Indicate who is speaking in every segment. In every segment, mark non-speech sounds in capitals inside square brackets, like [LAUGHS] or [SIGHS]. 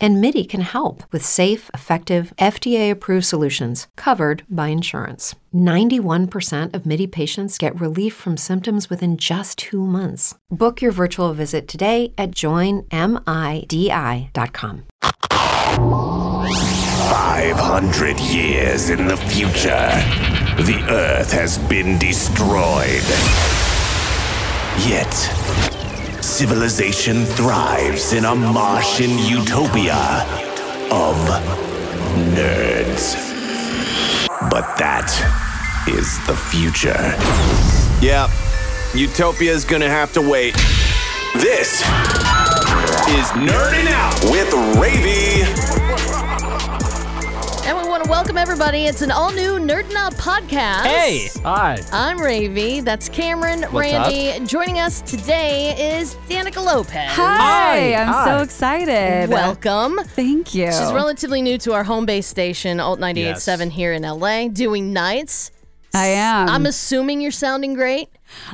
Speaker 1: and MIDI can help with safe, effective, FDA approved solutions covered by insurance. 91% of MIDI patients get relief from symptoms within just two months. Book your virtual visit today at joinmidi.com.
Speaker 2: 500 years in the future, the Earth has been destroyed. Yet, civilization thrives in a Martian utopia of nerds. But that is the future.
Speaker 3: Yep. Utopia's gonna have to wait.
Speaker 2: This is Nerding Out with Ravy.
Speaker 4: And we want to welcome everybody. It's an all new Nerding Out podcast.
Speaker 5: Hey! Hi.
Speaker 4: I'm Ravy. That's Cameron,
Speaker 5: What's up?
Speaker 4: Randy. Joining us today is Danica Lopez.
Speaker 6: Hi, I'm
Speaker 5: Hi.
Speaker 6: so excited.
Speaker 4: Welcome.
Speaker 6: thank you.
Speaker 4: She's relatively new to our home base station, Alt 98.7
Speaker 5: Yes.
Speaker 4: here in LA, doing nights.
Speaker 6: I am.
Speaker 4: I'm assuming you're sounding great.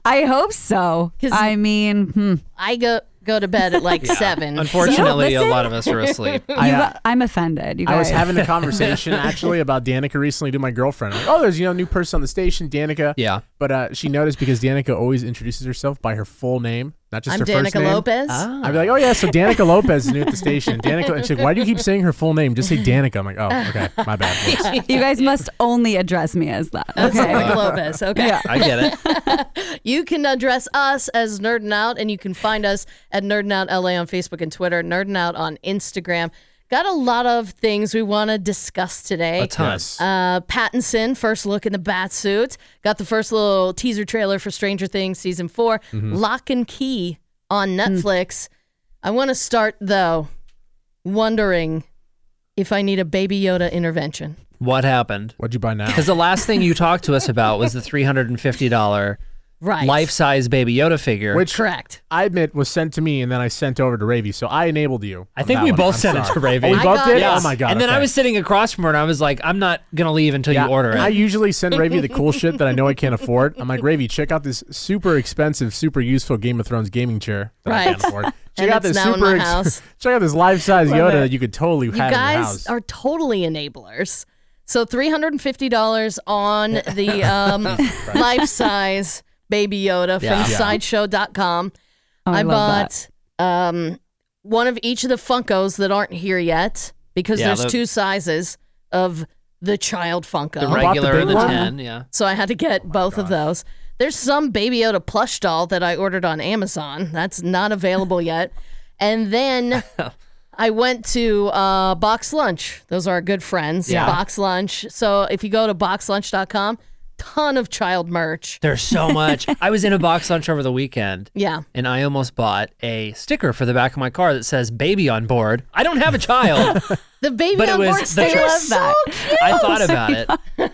Speaker 6: I hope so.
Speaker 4: 'Cause-
Speaker 6: I mean, hmm.
Speaker 4: [LAUGHS] I go go to bed at
Speaker 5: [LAUGHS]
Speaker 4: like 7.
Speaker 7: Unfortunately, a lot of us are asleep.
Speaker 5: I,
Speaker 6: you
Speaker 5: uh,
Speaker 6: got- I'm offended. You guys.
Speaker 7: I was
Speaker 5: [LAUGHS]
Speaker 7: having a conversation actually about Danica recently to my girlfriend. I'm like, oh, there's you know a new person on the station, Danica.
Speaker 5: Yeah.
Speaker 7: But uh, she noticed because Danica always introduces herself by her full name, not just
Speaker 4: I'm
Speaker 7: her first
Speaker 4: Danica
Speaker 7: name.
Speaker 4: Lopez.
Speaker 7: I'd be like, oh yeah, so Danica Lopez is new at
Speaker 5: [LAUGHS]
Speaker 7: the station. Danica, and she's like, why do you keep saying her full name? Just say Danica. I'm like, oh, okay,
Speaker 5: [LAUGHS]
Speaker 7: my bad. Whoops.
Speaker 6: [LAUGHS] you guys must only address me as that. Okay.
Speaker 4: Danica Lopez. Okay.
Speaker 5: I get it.
Speaker 4: You can address us as Nerdin Out, and you can find us at Nerdin Out LA on Facebook and Twitter, Nerdin Out on Instagram. Got a lot of things we want to discuss today.
Speaker 5: A ton.
Speaker 7: Yes.
Speaker 4: Uh, Pattinson, first look in the bat suit. Got the first little teaser trailer for Stranger Things season 4
Speaker 5: Mm-hmm.
Speaker 4: Lock and Key on Netflix. I want to start though, wondering if I need a Baby Yoda intervention.
Speaker 5: What happened?
Speaker 7: What'd you buy now?
Speaker 5: Because the last thing you talked to us about was the $350
Speaker 4: Right.
Speaker 5: life size Baby Yoda figure.
Speaker 7: Which
Speaker 4: Correct.
Speaker 7: I admit was sent to me, and then I sent over to Ravy. So I enabled you.
Speaker 5: I
Speaker 7: on
Speaker 5: think
Speaker 7: that
Speaker 5: we
Speaker 7: one.
Speaker 5: both
Speaker 7: I'm
Speaker 5: sent it
Speaker 7: sorry.
Speaker 5: to Raven.
Speaker 7: Oh, we
Speaker 4: I
Speaker 7: both
Speaker 4: got
Speaker 7: did.
Speaker 4: it.
Speaker 7: Oh my god.
Speaker 5: And then I
Speaker 7: okay.
Speaker 5: was sitting across from her and I was like, I'm not going to leave until
Speaker 7: Yeah,
Speaker 5: you order it.
Speaker 7: I usually send Ravy the cool shit that I know I can't afford. I'm like, Ravy, check out this super expensive, super useful Game of Thrones gaming chair that I
Speaker 4: Right. [LAUGHS]
Speaker 7: can't afford. Check
Speaker 4: And
Speaker 7: out
Speaker 4: it's
Speaker 7: this
Speaker 4: now in
Speaker 7: super
Speaker 4: my
Speaker 7: ex-
Speaker 4: house.
Speaker 7: [LAUGHS] check out this life size
Speaker 4: Love
Speaker 7: Yoda
Speaker 4: it.
Speaker 7: that you could totally
Speaker 4: You
Speaker 7: have in your
Speaker 4: guys
Speaker 7: house.
Speaker 4: are totally enablers. So three hundred and fifty dollars on the
Speaker 5: [LAUGHS]
Speaker 4: um, life size Baby Yoda from
Speaker 5: Yeah.
Speaker 4: Sideshow.com.
Speaker 6: Oh, I,
Speaker 4: I,
Speaker 6: love
Speaker 4: bought um, one of each of the Funkos that aren't here yet because
Speaker 5: Yeah,
Speaker 4: there's
Speaker 5: the-
Speaker 4: two sizes of the child Funko.
Speaker 5: the
Speaker 7: bought the
Speaker 5: regular
Speaker 7: big
Speaker 5: and the
Speaker 7: one.
Speaker 5: 10. Yeah.
Speaker 4: So I had to
Speaker 5: Oh
Speaker 4: get both of those. There's some Baby Yoda plush doll that I ordered on Amazon. That's not available yet. And
Speaker 5: [LAUGHS]
Speaker 4: then I went to uh, Box Lunch. Those are our good friends.
Speaker 5: Yeah.
Speaker 4: Box Lunch. So if you go to boxlunch.com, ton of child merch.
Speaker 5: There's so much. I was in a box lunch over the weekend.
Speaker 4: Yeah.
Speaker 5: and I almost bought a sticker for the back of my car that says baby on board. I don't have a child.
Speaker 4: The baby
Speaker 5: But it
Speaker 4: on
Speaker 5: was
Speaker 4: board
Speaker 5: the
Speaker 4: sticker
Speaker 5: child-
Speaker 4: is so cute.
Speaker 5: I thought about it.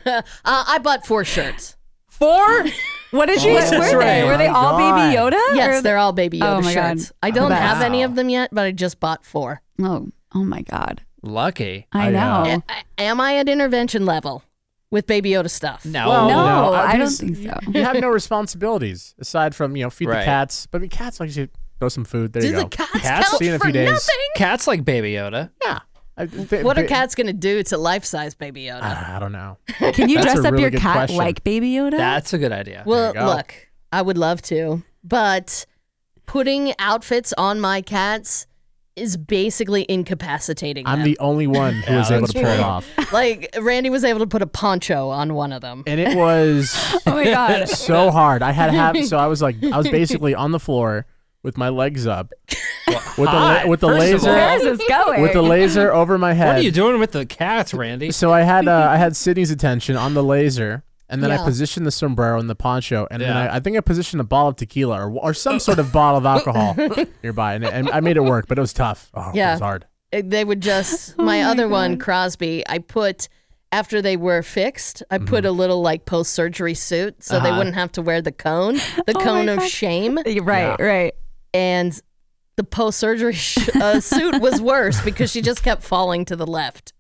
Speaker 4: Uh, I bought four shirts.
Speaker 5: Four?
Speaker 6: that. What did you?
Speaker 5: Jesus
Speaker 6: were they?
Speaker 5: Christ.
Speaker 6: Were they
Speaker 7: My
Speaker 6: all Baby
Speaker 7: God.
Speaker 6: Yoda?
Speaker 4: Yes,
Speaker 6: Or-
Speaker 4: they're all Baby
Speaker 6: Oh
Speaker 4: Yoda
Speaker 6: my God.
Speaker 4: shirts. I don't
Speaker 6: Wow.
Speaker 4: have any of them yet, but I just bought four.
Speaker 6: Oh, oh my God.
Speaker 5: Lucky.
Speaker 6: I,
Speaker 7: I,
Speaker 6: know.
Speaker 5: Oh.
Speaker 7: uh,
Speaker 4: A- am I at intervention level with Baby Yoda stuff?
Speaker 5: No.
Speaker 7: Well,
Speaker 6: No,
Speaker 7: no, I
Speaker 6: I don't
Speaker 7: just-
Speaker 6: think so.
Speaker 7: you have no responsibilities aside from you know feed the
Speaker 5: Right.
Speaker 7: cats. But I mean, cats like you throw some food. There
Speaker 4: Do
Speaker 7: you
Speaker 4: the
Speaker 7: go.
Speaker 4: cats
Speaker 7: cats
Speaker 4: count
Speaker 7: see you in a
Speaker 4: for
Speaker 7: few days.
Speaker 4: nothing?
Speaker 5: Cats like baby Yoda.
Speaker 7: Yeah. I- [LAUGHS] th-
Speaker 4: What are
Speaker 7: th-
Speaker 4: cats going to do to life size Baby Yoda?
Speaker 7: I
Speaker 4: [LAUGHS]
Speaker 7: don't know.
Speaker 6: [LAUGHS] Can you
Speaker 7: That's
Speaker 6: dress
Speaker 7: a
Speaker 6: up
Speaker 7: really
Speaker 6: your
Speaker 7: good
Speaker 6: cat
Speaker 7: question.
Speaker 6: like Baby Yoda?
Speaker 5: That's a good idea.
Speaker 4: well,
Speaker 7: go.
Speaker 4: look, I would love to, but putting outfits on my cats is basically incapacitating
Speaker 7: I'm
Speaker 4: them.
Speaker 7: the only one who was
Speaker 5: Yeah,
Speaker 7: able
Speaker 5: that's
Speaker 7: to pull it
Speaker 5: true.
Speaker 4: [LAUGHS]
Speaker 7: off,
Speaker 4: like Randy was able to put a poncho on one of them.
Speaker 7: and
Speaker 4: [LAUGHS]
Speaker 7: it was
Speaker 6: oh my
Speaker 7: [LAUGHS]
Speaker 6: God.
Speaker 7: so hard. I had half. So I was like, I was basically on the floor with my
Speaker 5: [LAUGHS]
Speaker 7: legs up, with the la-
Speaker 5: hot,
Speaker 7: with the
Speaker 5: first of
Speaker 7: laser
Speaker 5: all.
Speaker 6: Where's this going?
Speaker 7: with the laser over my head.
Speaker 5: what are you doing with the cats, Randy?
Speaker 7: So I had uh,
Speaker 5: [LAUGHS]
Speaker 7: I had Sydney's attention on the laser. And then
Speaker 4: Yeah.
Speaker 7: I positioned the sombrero and the poncho, and then
Speaker 5: Yeah.
Speaker 7: I, I think I positioned a bottle of tequila or, or some sort of
Speaker 5: [LAUGHS]
Speaker 7: bottle of alcohol nearby, and, and I made it work, but it was tough. Oh, it
Speaker 4: Yeah.
Speaker 7: was hard.
Speaker 4: Uh, they would just my, other one crosby i put after they were fixed i
Speaker 7: Mm-hmm.
Speaker 4: put a little like post-surgery suit so
Speaker 7: Uh-huh.
Speaker 4: they wouldn't have to wear the cone the
Speaker 6: Oh my
Speaker 4: cone of
Speaker 6: God.
Speaker 4: shame
Speaker 6: Right, right.
Speaker 4: and the post surgery sh- uh,
Speaker 5: [LAUGHS]
Speaker 4: suit was worse because she just kept falling to the left.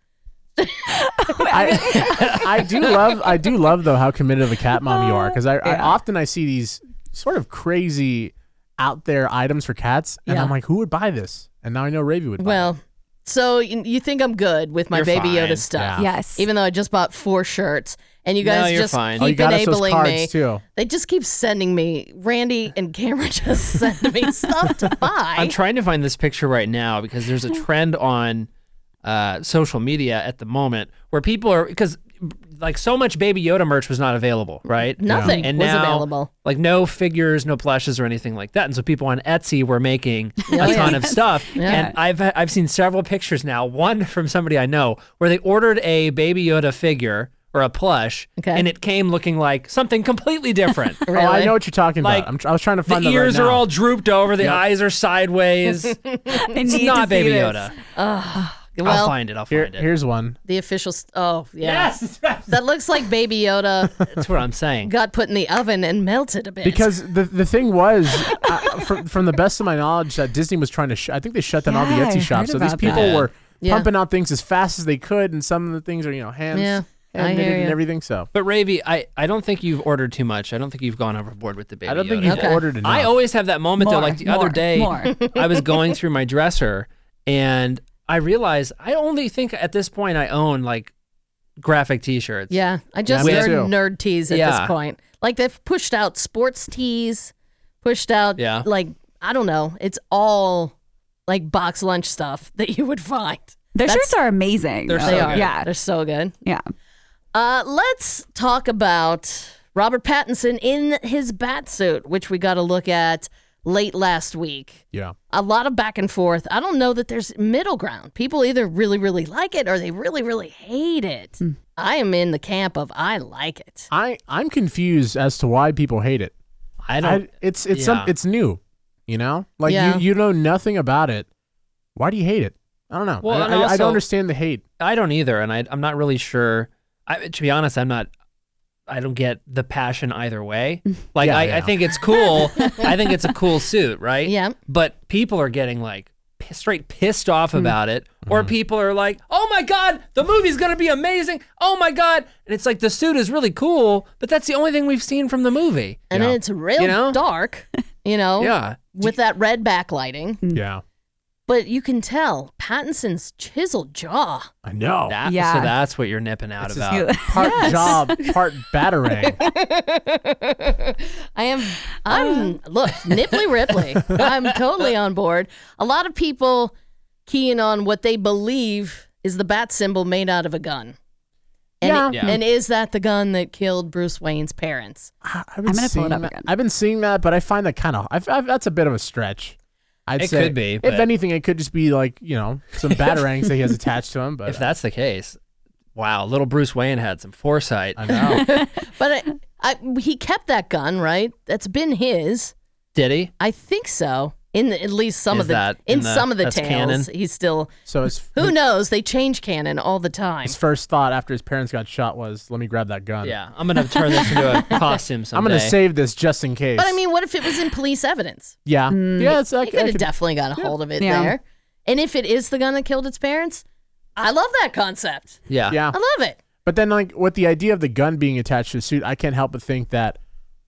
Speaker 7: I, [LAUGHS] I do love I do love though how committed of a cat mom you are because I, I often I see these sort of crazy out there items for cats and
Speaker 6: Yeah.
Speaker 7: I'm like who would buy this and now I know Ravi would buy it.
Speaker 4: Well, so you, you think I'm good with my
Speaker 5: You're
Speaker 4: Baby
Speaker 5: fine.
Speaker 4: Yoda stuff.
Speaker 7: Yeah.
Speaker 6: Yes.
Speaker 4: Even though I just bought four shirts and you
Speaker 5: No,
Speaker 4: guys
Speaker 5: you're
Speaker 4: just
Speaker 5: fine.
Speaker 4: keep
Speaker 5: Oh,
Speaker 7: you got us those
Speaker 4: enabling
Speaker 7: cards,
Speaker 4: me.
Speaker 7: too. Oh,
Speaker 4: They just keep sending me. Randy and Cameron [LAUGHS] just send
Speaker 5: [LAUGHS]
Speaker 4: me stuff to buy.
Speaker 5: I'm trying to find this picture right now because there's a trend on uh, social media at the moment where people are because like so much Baby Yoda merch was not available, right?
Speaker 4: Nothing
Speaker 5: And
Speaker 4: was
Speaker 5: now,
Speaker 4: available.
Speaker 5: like no figures, no plushes or anything like that. And so people on Etsy
Speaker 4: [LAUGHS]
Speaker 5: were making a ton of stuff. And I've I've seen several pictures now. One from somebody I know where they ordered a Baby Yoda figure or a plush,
Speaker 4: Okay.
Speaker 5: and it came looking like something completely different.
Speaker 4: [LAUGHS]
Speaker 7: Oh, I
Speaker 4: Really?
Speaker 7: know what you're talking
Speaker 5: Like,
Speaker 7: about. I'm tr- I was trying to
Speaker 5: The
Speaker 7: find them right
Speaker 5: ears are
Speaker 7: now.
Speaker 5: all drooped over. The eyes are sideways.
Speaker 6: I [LAUGHS]
Speaker 5: It's
Speaker 6: need to
Speaker 5: not
Speaker 6: see
Speaker 5: Baby
Speaker 6: this.
Speaker 5: Yoda. I'll
Speaker 4: well,
Speaker 5: find it. I'll
Speaker 7: Here,
Speaker 5: find it.
Speaker 7: here's one.
Speaker 4: the official. St- oh, yeah.
Speaker 5: Yes, that's
Speaker 4: That looks like Baby
Speaker 5: [LAUGHS]
Speaker 4: Yoda
Speaker 5: what I'm saying.
Speaker 4: got put in the oven and melted a bit.
Speaker 7: Because the the thing was, uh, from, from the best of my knowledge, that Disney was trying to. Sh- I think they shut down all
Speaker 6: Yeah,
Speaker 7: the
Speaker 6: I
Speaker 7: Etsy shops,
Speaker 6: heard
Speaker 7: so these
Speaker 6: about
Speaker 7: people
Speaker 5: that.
Speaker 7: were
Speaker 4: Yeah.
Speaker 7: pumping out things as fast as they could, and some of the things are you know hands,
Speaker 4: Yeah, I
Speaker 7: hand knitted
Speaker 4: hear
Speaker 7: and
Speaker 4: ya.
Speaker 7: everything. So
Speaker 5: But Ravi, I, I don't think you've ordered too much. I don't think you've gone overboard with the baby.
Speaker 7: I don't think
Speaker 5: Yoda
Speaker 7: you've
Speaker 5: yet.
Speaker 7: ordered enough.
Speaker 5: I always have that moment though.
Speaker 6: More,
Speaker 5: Like the
Speaker 6: more,
Speaker 5: other day,
Speaker 6: more.
Speaker 5: [LAUGHS] I was going through my dresser and I realized I only think at this point I own like graphic T-shirts.
Speaker 4: yeah, I just
Speaker 7: me
Speaker 4: nerd,
Speaker 7: too.
Speaker 4: nerd tees at
Speaker 5: Yeah.
Speaker 4: this point. Like they've pushed out sports tees, pushed out
Speaker 5: Yeah.
Speaker 4: like I don't know. It's all like box lunch stuff [LAUGHS] that you would find.
Speaker 6: Their shirts are amazing.
Speaker 5: They're
Speaker 6: though.
Speaker 5: so
Speaker 4: They are.
Speaker 6: Yeah.
Speaker 4: They're so good.
Speaker 6: Yeah.
Speaker 4: Uh, let's talk about Robert Pattinson in his bat suit, which we got a look at late last week.
Speaker 7: yeah,
Speaker 4: a lot of back and forth. I don't know that there's middle ground. People either really, really like it or they really, really hate it.
Speaker 6: Hmm.
Speaker 4: I am in the camp of I like it.
Speaker 7: I I'm confused as to why people hate it.
Speaker 5: I
Speaker 7: I,
Speaker 5: don't.
Speaker 7: it's it's some,
Speaker 5: yeah.
Speaker 7: it's new, you know. Like
Speaker 4: Yeah.
Speaker 7: you you know nothing about it. Why do you hate it? I don't know.
Speaker 5: Well,
Speaker 7: I,
Speaker 5: and
Speaker 7: I- I
Speaker 5: also-
Speaker 7: don't understand the hate.
Speaker 5: I, don't either, and I, I'm not really sure. I, to be honest, I'm not. I don't get the passion either
Speaker 4: [LAUGHS]
Speaker 5: way. Like
Speaker 7: Yeah,
Speaker 5: I,
Speaker 7: yeah.
Speaker 5: I think it's cool. I think it's a cool suit, right?
Speaker 4: Yeah.
Speaker 5: But people are getting like p- straight pissed off
Speaker 4: Mm.
Speaker 5: about it,
Speaker 7: Mm-hmm.
Speaker 5: or people are like, "Oh my god, the movie's gonna be amazing! Oh my god!" And it's like the suit is really cool, but that's the only thing we've seen from the movie.
Speaker 4: And
Speaker 7: Yeah.
Speaker 4: it's real
Speaker 5: You know?
Speaker 4: dark, you know,
Speaker 5: Yeah.
Speaker 4: with that red backlighting.
Speaker 6: Mm.
Speaker 7: Yeah,
Speaker 4: But you can tell Pattinson's chiseled jaw.
Speaker 7: I know.
Speaker 5: [LAUGHS] That,
Speaker 6: Yeah.
Speaker 5: So that's what you're nipping out
Speaker 7: This
Speaker 5: [LAUGHS]
Speaker 7: is
Speaker 5: about.
Speaker 7: part job,
Speaker 6: [LAUGHS]
Speaker 7: part batarang.
Speaker 4: I am, I'm, look, Nipley Ripley. I'm totally on board. A lot of people keying on what they believe is the bat symbol made out of a gun. And,
Speaker 7: Yeah.
Speaker 5: Yeah.
Speaker 4: and is that the gun that killed Bruce Wayne's parents?
Speaker 7: I- I've been
Speaker 6: gonna pull it
Speaker 7: seeing
Speaker 6: up
Speaker 7: that-
Speaker 6: again.
Speaker 7: I've been seeing that, but I find that kind of I've, I've, that's a bit of a stretch. I'd
Speaker 5: It
Speaker 7: say
Speaker 5: could be,
Speaker 7: If
Speaker 5: but-
Speaker 7: anything, it could just be like you know some batarangs that he has attached to him.
Speaker 5: [LAUGHS]
Speaker 7: But
Speaker 5: If that's the case, wow, little Bruce Wayne had some foresight.
Speaker 7: I
Speaker 5: [LAUGHS]
Speaker 7: know.
Speaker 4: But I, I, he kept that gun, right? That's been his.
Speaker 5: Did he?
Speaker 4: I think so. In the, at least some
Speaker 5: Is
Speaker 4: of the
Speaker 5: that
Speaker 4: in,
Speaker 5: in the-
Speaker 4: some of the
Speaker 5: that's
Speaker 4: tales,
Speaker 5: canon?
Speaker 4: he's still.
Speaker 7: So his
Speaker 4: Who knows? They change canon all the time.
Speaker 7: his first thought after his parents got shot was, "Let me grab that gun.
Speaker 5: Yeah, I'm gonna turn this into a costume someday.
Speaker 7: Um, I'm gonna save this just in case."
Speaker 4: But I mean, mm, what if it was in police evidence?
Speaker 7: yeah, yeah, it's
Speaker 4: He
Speaker 7: like
Speaker 4: could have definitely got a hold of it
Speaker 6: Yeah.
Speaker 4: there. And if it is the gun that killed its parents, I love that concept.
Speaker 5: Yeah.
Speaker 7: yeah.
Speaker 4: I [LAUGHS] love it.
Speaker 7: But then, like with the idea of the gun being attached to the suit, I can't help but think that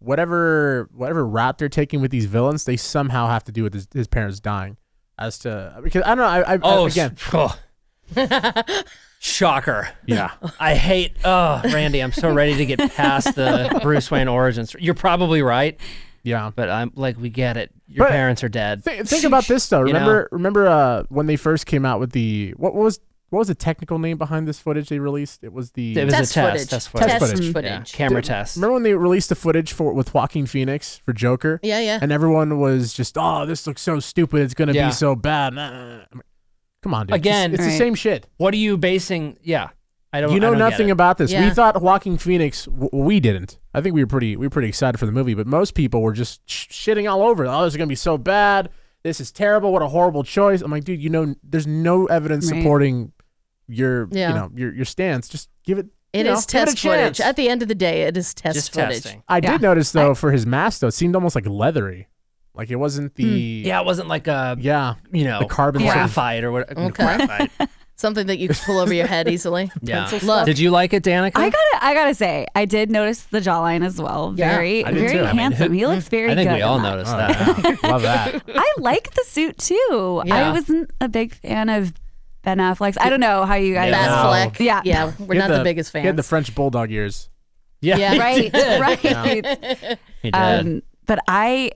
Speaker 7: whatever whatever route they're taking with these villains, they somehow have to do with his, his parents dying. As to because I don't know, I, I
Speaker 5: Oh,
Speaker 7: I,
Speaker 5: [LAUGHS]
Speaker 7: Uh, again,
Speaker 5: s- oh. shocker.
Speaker 7: yeah,
Speaker 5: I hate. Oh, Randy, I'm so ready to get past
Speaker 7: [LAUGHS]
Speaker 5: the Bruce Wayne origin story. You're probably right,
Speaker 7: yeah.
Speaker 5: but I'm like, we get it. Your
Speaker 7: But-
Speaker 5: parents are dead.
Speaker 7: Th- think about this though.
Speaker 5: You know?
Speaker 7: Remember, remember uh, when they first came out with the what was what was the technical name behind this footage they released? It was the
Speaker 5: It was
Speaker 4: Test
Speaker 5: a test.
Speaker 4: footage.
Speaker 5: Test
Speaker 7: Test
Speaker 5: footage.
Speaker 7: [LAUGHS] footage.
Speaker 5: Yeah,
Speaker 4: footage.
Speaker 5: camera test.
Speaker 7: Remember when they released the footage for with Joaquin Phoenix for Joker?
Speaker 4: Yeah, yeah.
Speaker 7: And everyone was just, oh, this looks so stupid. It's gonna
Speaker 5: Yeah.
Speaker 7: be so bad. Nah, nah, nah. I'm like, Come on, dude. It's-
Speaker 5: Again-
Speaker 7: it's,
Speaker 6: Right.
Speaker 7: the same shit.
Speaker 5: What are you basing? Yeah, I don't.
Speaker 7: You
Speaker 5: I
Speaker 7: know
Speaker 5: don't get
Speaker 7: nothing
Speaker 5: it.
Speaker 7: about this.
Speaker 4: Yeah.
Speaker 7: We thought Joaquin Phoenix. W- we didn't. I think we were pretty. We were pretty excited for the movie, but most people were just sh- shitting all over. it. Oh, this is gonna be so bad. This is terrible. What a horrible choice. I'm like, dude. You know, there's no evidence
Speaker 6: Right.
Speaker 7: supporting your.
Speaker 4: Yeah.
Speaker 7: You know, your your stance. Just give it.
Speaker 4: It
Speaker 7: you know,
Speaker 4: is
Speaker 7: give it a
Speaker 4: test footage.
Speaker 7: chance.
Speaker 4: At the end of the day, it is test
Speaker 5: Just
Speaker 4: footage.
Speaker 5: testing.
Speaker 7: I
Speaker 6: Yeah.
Speaker 7: did notice though for his mask though, it seemed almost like leathery. Like it wasn't
Speaker 4: Hmm.
Speaker 7: the
Speaker 5: Yeah, it wasn't like a
Speaker 7: yeah
Speaker 5: you know
Speaker 7: the carbon sort of-
Speaker 5: graphite or whatever.
Speaker 4: Okay. Something that you could pull over your head easily.
Speaker 5: Yeah.
Speaker 4: Look,
Speaker 5: Did you like it, Danica?
Speaker 6: I gotta, I gotta say, I did notice the jawline as well.
Speaker 4: Yeah,
Speaker 6: Very,
Speaker 5: I did
Speaker 6: very
Speaker 5: too. I mean,
Speaker 6: handsome.
Speaker 5: who- [LAUGHS]
Speaker 6: he looks very.
Speaker 5: I think
Speaker 6: good
Speaker 5: we
Speaker 6: in
Speaker 5: all
Speaker 6: that.
Speaker 5: noticed
Speaker 7: Oh,
Speaker 5: that.
Speaker 7: [LAUGHS] yeah. love that.
Speaker 6: I like the suit too.
Speaker 5: Yeah.
Speaker 6: I wasn't a big fan of Ben Affleck's. I don't know how you guys.
Speaker 5: Yeah.
Speaker 4: Bat
Speaker 5: No.
Speaker 4: Fleck.
Speaker 6: Yeah.
Speaker 4: Yeah. We're
Speaker 7: He
Speaker 4: not
Speaker 7: had
Speaker 4: the, biggest
Speaker 7: He had the
Speaker 4: fans.
Speaker 7: French bulldog ears.
Speaker 5: [LAUGHS] Yeah,
Speaker 4: Yeah.
Speaker 6: [LAUGHS] Right, right.
Speaker 5: he did.
Speaker 6: Um, but I,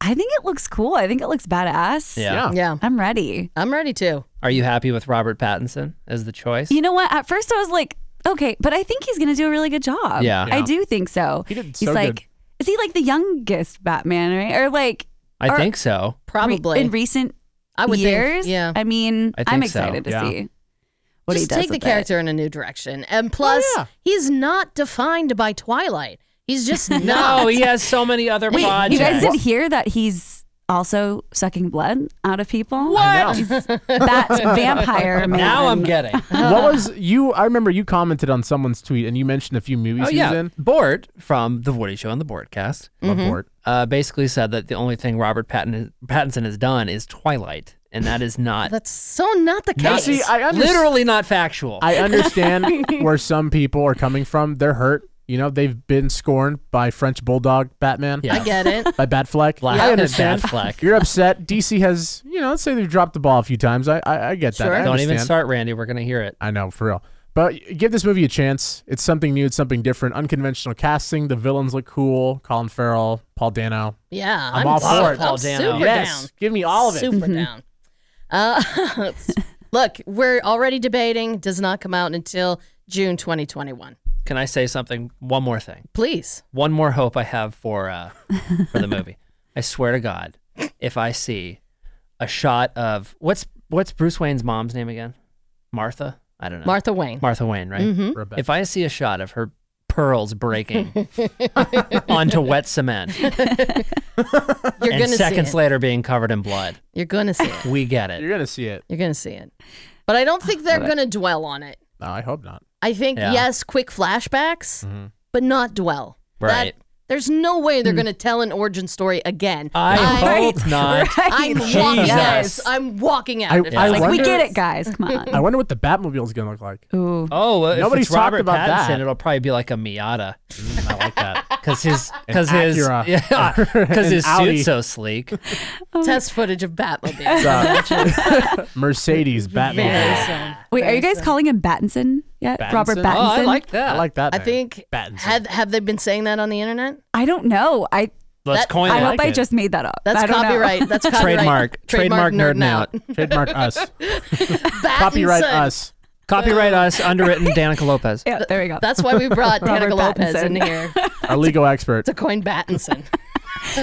Speaker 6: I think it looks cool. I think it looks badass.
Speaker 5: yeah.
Speaker 7: Yeah.
Speaker 4: yeah.
Speaker 6: I'm ready.
Speaker 4: I'm ready too.
Speaker 5: Are you happy with Robert Pattinson as the choice?
Speaker 6: You know what? At first, I was like, okay, but I think he's gonna do a really good job.
Speaker 5: Yeah.
Speaker 6: I do think so.
Speaker 7: He did
Speaker 6: he's
Speaker 7: so
Speaker 6: like,
Speaker 7: good.
Speaker 6: is he like the youngest Batman, right? Or like
Speaker 5: I
Speaker 6: Or-
Speaker 5: think
Speaker 6: re-
Speaker 5: so.
Speaker 4: Probably.
Speaker 6: in recent
Speaker 4: I would think,
Speaker 6: years.
Speaker 4: yeah.
Speaker 6: Uh, I mean,
Speaker 5: I think
Speaker 6: I'm
Speaker 5: so,
Speaker 6: excited to
Speaker 7: yeah.
Speaker 6: see what
Speaker 4: Just
Speaker 6: he does.
Speaker 4: take the
Speaker 6: with it.
Speaker 4: character in a new direction. And plus,
Speaker 7: yeah.
Speaker 4: he's not defined by Twilight. He's just not.
Speaker 5: No, Oh, he has so many other
Speaker 6: Wait,
Speaker 5: projects.
Speaker 6: you guys didn't hear that he's also sucking blood out of people?
Speaker 7: [LAUGHS] I know.
Speaker 6: That vampire
Speaker 4: [LAUGHS]
Speaker 6: man.
Speaker 5: now
Speaker 6: [LAUGHS]
Speaker 5: I'm
Speaker 7: [LAUGHS]
Speaker 5: getting.
Speaker 7: what was you? I remember you commented on someone's tweet and you mentioned a few movies
Speaker 5: Oh
Speaker 7: he was
Speaker 5: yeah,
Speaker 7: in.
Speaker 5: Bort from the Woody Show and the Bortcast
Speaker 7: Love
Speaker 6: Mm-hmm.
Speaker 7: Bort.
Speaker 5: uh, basically said that the only thing Robert Pattin- Pattinson has done is Twilight, and that is not
Speaker 4: That's so not the
Speaker 5: not
Speaker 4: case.
Speaker 7: see, I under-
Speaker 5: literally not factual.
Speaker 7: I understand where some people are coming from. They're hurt. You know, they've been scorned by French bulldog Batman.
Speaker 5: Yeah.
Speaker 4: I get it.
Speaker 7: By Batfleck.
Speaker 5: Black
Speaker 7: I
Speaker 5: and
Speaker 7: understand.
Speaker 5: Batfleck.
Speaker 7: You're upset. DC has, you know, let's say they've dropped the ball a few times. I, I, I get that.
Speaker 4: Sure.
Speaker 7: I
Speaker 5: Don't even
Speaker 7: understand.
Speaker 5: start, Randy. We're gonna hear it.
Speaker 7: I know, for real. But give this movie a chance. It's something new. It's something different. Unconventional casting. The villains look cool. Colin Farrell, Paul Dano.
Speaker 4: Yeah,
Speaker 7: I'm all
Speaker 4: so-
Speaker 7: for it,
Speaker 5: Paul
Speaker 4: I'm
Speaker 5: Dano.
Speaker 4: super
Speaker 7: yes,
Speaker 4: down.
Speaker 7: give me all of it.
Speaker 4: Super down. Uh, [LAUGHS] look, we're already debating. Does not come out until June 2021.
Speaker 5: Can I say something? One more thing.
Speaker 4: Please.
Speaker 5: one more hope I have for uh, for the
Speaker 7: [LAUGHS]
Speaker 5: movie. I swear to God, if I see a shot of what's what's Bruce Wayne's mom's name again? Martha? I don't know.
Speaker 4: Martha Wayne. Mm-hmm.
Speaker 5: Martha Wayne, right?
Speaker 7: Rebecca.
Speaker 5: If I see a shot of her
Speaker 4: [LAUGHS]
Speaker 5: pearls breaking onto wet cement
Speaker 4: You're
Speaker 5: and
Speaker 4: going to see
Speaker 5: seconds
Speaker 4: it.
Speaker 5: later being covered in blood,
Speaker 4: You're going to see it.
Speaker 5: we get
Speaker 7: You're
Speaker 5: it.
Speaker 7: gonna see it.
Speaker 4: You're going to see it. But I don't think they're going to dwell on it.
Speaker 7: No, I hope not.
Speaker 4: I think,
Speaker 5: Yeah. Mm-hmm.
Speaker 4: yes, quick flashbacks, but not dwell.
Speaker 5: Right.
Speaker 4: there's no way they're going to tell an origin story again.
Speaker 5: I hope not.
Speaker 4: I'm
Speaker 6: Right.
Speaker 4: walking
Speaker 5: Jesus.
Speaker 4: out. I'm walking out.
Speaker 7: I-
Speaker 4: of it.
Speaker 7: I
Speaker 4: It's like,
Speaker 6: Like, we
Speaker 7: wonder-
Speaker 6: get it, guys. Come
Speaker 5: [LAUGHS]
Speaker 6: on.
Speaker 7: I wonder what the Batmobile is gonna look [LAUGHS] like.
Speaker 6: Ooh.
Speaker 5: Oh, well,
Speaker 7: Nobody's
Speaker 5: if it's Robert
Speaker 7: talked about
Speaker 5: Pattinson,
Speaker 7: that.
Speaker 5: it'll probably be like a Miata.
Speaker 7: Mm, I like [LAUGHS] that.
Speaker 5: Because his, because
Speaker 7: An
Speaker 5: his, [LAUGHS]
Speaker 7: Acura. [LAUGHS]
Speaker 5: yeah, because
Speaker 7: An
Speaker 5: his
Speaker 7: Audi.
Speaker 5: suit's so sleek.
Speaker 4: test footage of Batmobile.
Speaker 7: Uh, Mercedes [LAUGHS]
Speaker 4: Very
Speaker 7: Batmobile.
Speaker 4: soon.
Speaker 6: Wait, are you guys calling him Battinson yet? Robert
Speaker 7: Pattinson?
Speaker 6: Battinson?
Speaker 7: Oh,
Speaker 5: Oh, I like that.
Speaker 7: I like that.
Speaker 4: I
Speaker 7: name.
Speaker 4: think
Speaker 7: Pattinson.
Speaker 4: have have they been saying that on the internet?
Speaker 6: I don't know. I
Speaker 5: Let's
Speaker 4: That-
Speaker 5: coin
Speaker 6: I,
Speaker 5: it.
Speaker 6: hope
Speaker 7: like
Speaker 6: I
Speaker 7: it.
Speaker 6: just made that up.
Speaker 4: That's
Speaker 6: I don't know.
Speaker 4: copyright.
Speaker 5: [LAUGHS]
Speaker 4: That's copyright.
Speaker 5: trademark trademark, nerding out.
Speaker 4: [LAUGHS]
Speaker 7: [LAUGHS] trademark us.
Speaker 4: Battinson.
Speaker 7: Copyright us.
Speaker 5: Copyright us, underwritten Danica Lopez.
Speaker 6: [LAUGHS] Yeah, there we go.
Speaker 4: That's why we brought
Speaker 6: Robert
Speaker 4: Danica Lopez in
Speaker 6: Pattinson.
Speaker 4: here
Speaker 7: Our legal expert.
Speaker 4: to coin Battinson.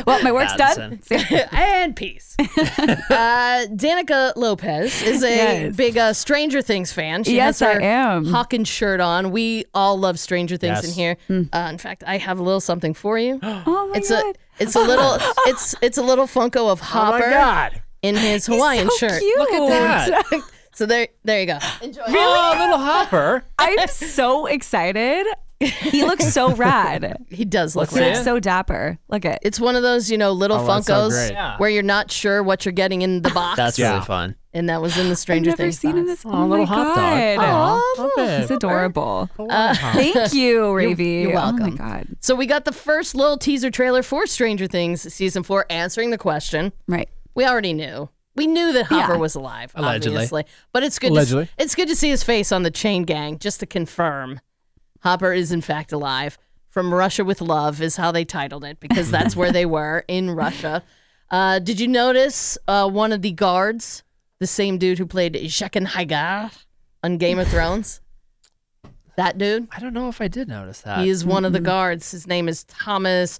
Speaker 6: well, my work's done. [LAUGHS] See?
Speaker 4: and peace. [LAUGHS] Uh, Danica Lopez is a
Speaker 6: Yes.
Speaker 4: big uh, Stranger Things fan. She
Speaker 6: Yes,
Speaker 4: has her
Speaker 6: I am.
Speaker 4: Hawkins shirt on. We all love Stranger Things
Speaker 7: Yes.
Speaker 4: in here. Uh, in fact, I have a little something for you.
Speaker 6: Hmm. [GASPS] Oh my
Speaker 4: it's a
Speaker 6: god.
Speaker 4: it's a
Speaker 6: [LAUGHS]
Speaker 4: little it's it's a little Funko of
Speaker 7: Oh my
Speaker 4: Hopper
Speaker 7: god.
Speaker 4: in his Hawaiian
Speaker 6: so
Speaker 4: shirt.
Speaker 6: Cute.
Speaker 5: Look at that.
Speaker 4: So there there you go.
Speaker 5: Oh, little Hopper.
Speaker 6: I'm so excited. He looks so rad.
Speaker 4: He does [LAUGHS] look
Speaker 5: Let's
Speaker 6: He
Speaker 4: like
Speaker 5: see
Speaker 6: looks so dapper. Look at
Speaker 4: it's one of those you know little
Speaker 7: Oh, that's so
Speaker 4: Funkos
Speaker 7: great.
Speaker 5: Yeah.
Speaker 4: where you're not sure what you're getting in
Speaker 7: [LAUGHS]
Speaker 4: the box.
Speaker 5: That's
Speaker 7: Yeah.
Speaker 5: really fun.
Speaker 4: and that was in the
Speaker 6: I've
Speaker 4: Stranger
Speaker 6: never
Speaker 4: Things.
Speaker 6: seen him
Speaker 4: box.
Speaker 6: this. Oh,
Speaker 5: little
Speaker 6: my
Speaker 5: hot dog.
Speaker 6: god.
Speaker 7: Love
Speaker 6: He's
Speaker 5: [LAUGHS]
Speaker 7: it.
Speaker 6: adorable. Uh, Thank you, Ravy.
Speaker 4: you're
Speaker 6: Oh my
Speaker 4: welcome.
Speaker 6: god.
Speaker 4: So we got the first little teaser trailer for Stranger Things season four, answering the question.
Speaker 6: Right.
Speaker 4: We already knew. We knew that Hopper
Speaker 6: Yeah.
Speaker 4: was alive,
Speaker 5: Allegedly.
Speaker 4: obviously. But it's good.
Speaker 7: Allegedly.
Speaker 4: To, it's good to see his face on the chain gang just to confirm Hopper is in fact alive. From Russia with Love is how they titled it because that's where they were in Russia. Uh, did you notice uh, one of the guards, the same dude who played Jaqen Hagar on Game of Thrones? That dude.
Speaker 5: I don't know if I did notice that.
Speaker 4: He is one of the
Speaker 5: mm-hmm.
Speaker 4: guards. Hhis name is Thomas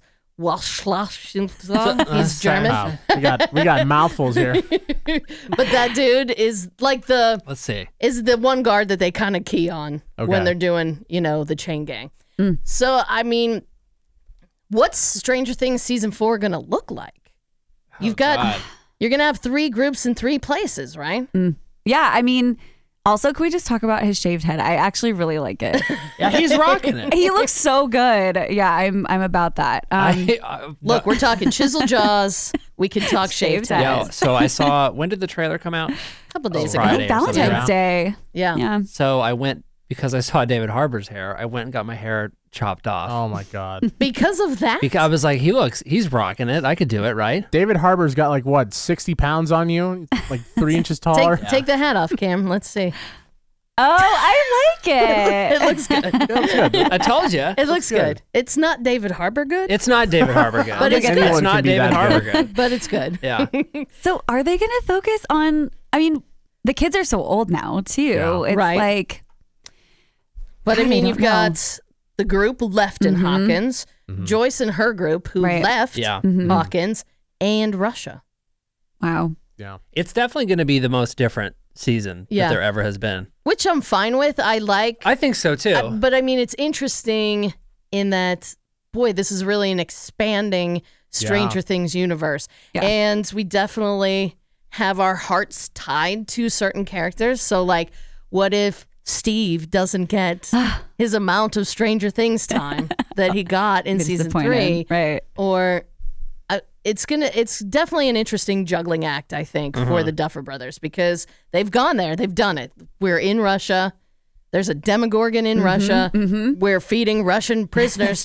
Speaker 5: [LAUGHS]
Speaker 4: Walschlach. He's German.
Speaker 7: Wow. We got we got mouthfuls here.
Speaker 4: But that dude is like the
Speaker 5: Let's see.
Speaker 4: is the one guard that they kind of key on
Speaker 7: Okay.
Speaker 4: when they're doing, you know, the chain gang.
Speaker 6: Mm.
Speaker 4: So I mean, what's Stranger Things season four gonna look like? You've got
Speaker 5: Oh, God.
Speaker 6: Mm.
Speaker 4: you're gonna have three groups in three places, right?
Speaker 6: Yeah, I mean, Also, can we just talk about his shaved head? I actually really like
Speaker 4: [LAUGHS]
Speaker 6: it.
Speaker 5: Yeah, he's rocking it.
Speaker 6: he looks so good. Yeah, I'm I'm about that. Um,
Speaker 5: [LAUGHS] I, uh, I,
Speaker 4: Look,
Speaker 5: [LAUGHS]
Speaker 4: we're talking
Speaker 6: [LAUGHS]
Speaker 4: chisel jaws. We can talk
Speaker 6: Shaved
Speaker 4: shaved head.
Speaker 6: head.
Speaker 5: yo, so I saw when did the trailer come out?
Speaker 4: A couple days ago.
Speaker 5: Friday
Speaker 6: I think
Speaker 5: or something,
Speaker 6: Valentine's
Speaker 5: right?
Speaker 6: Day.
Speaker 4: Yeah.
Speaker 6: Yeah.
Speaker 5: So I went because I saw David Harbour's hair. I went and got my hair chopped off.
Speaker 7: Oh my god.
Speaker 4: Because of that?
Speaker 5: Because I was like, he looks, he's rocking it. I could do it, right?
Speaker 7: David Harbour's got like what, sixty pounds on you, like three inches taller.
Speaker 4: take, take the hat off, Cam. Let's see.
Speaker 6: Oh, I
Speaker 4: [LAUGHS]
Speaker 6: like
Speaker 4: It
Speaker 6: it.
Speaker 4: looks good.
Speaker 5: I told you.
Speaker 4: [LAUGHS] It looks good. It's not David Harbor good,
Speaker 5: It's not David Harbour good.
Speaker 4: But it's
Speaker 5: It's
Speaker 4: good.
Speaker 5: not
Speaker 7: Anyone can be
Speaker 5: David
Speaker 7: that
Speaker 5: Harbour
Speaker 7: good.
Speaker 5: good.
Speaker 4: but it's good. [LAUGHS]
Speaker 5: Yeah.
Speaker 6: so, are they going to focus on? I mean, the kids are so old now too. it's
Speaker 4: Right.
Speaker 6: like
Speaker 4: But I
Speaker 6: God, I
Speaker 4: mean, Mm-hmm.
Speaker 6: don't
Speaker 4: you've
Speaker 6: know.
Speaker 4: got the group left in Hawkins, Joyce and her group who
Speaker 6: Right.
Speaker 4: left
Speaker 5: Yeah.
Speaker 4: Hawkins, and Russia.
Speaker 6: wow.
Speaker 7: Yeah.
Speaker 5: It's definitely going to be the most different season
Speaker 4: Yeah.
Speaker 5: that there ever has been.
Speaker 4: which I'm fine with. I like,
Speaker 5: I think so too.
Speaker 4: I- Uh, but I mean, it's interesting in that, boy, this is really an expanding Stranger Things universe,
Speaker 6: Yeah.
Speaker 4: and we definitely have our hearts tied to certain characters. So, like, what if Steve
Speaker 6: [SIGHS]
Speaker 4: doesn't get his amount of Stranger Things
Speaker 6: [LAUGHS]
Speaker 4: time that he got in season
Speaker 6: Disappointed.
Speaker 4: three?
Speaker 6: right?
Speaker 4: or uh, it's gonna it's definitely an interesting juggling act i think for the duffer brothers because they've gone there they've done it we're in russia there's a demogorgon in
Speaker 6: Mm-hmm.
Speaker 4: russia we're feeding russian prisoners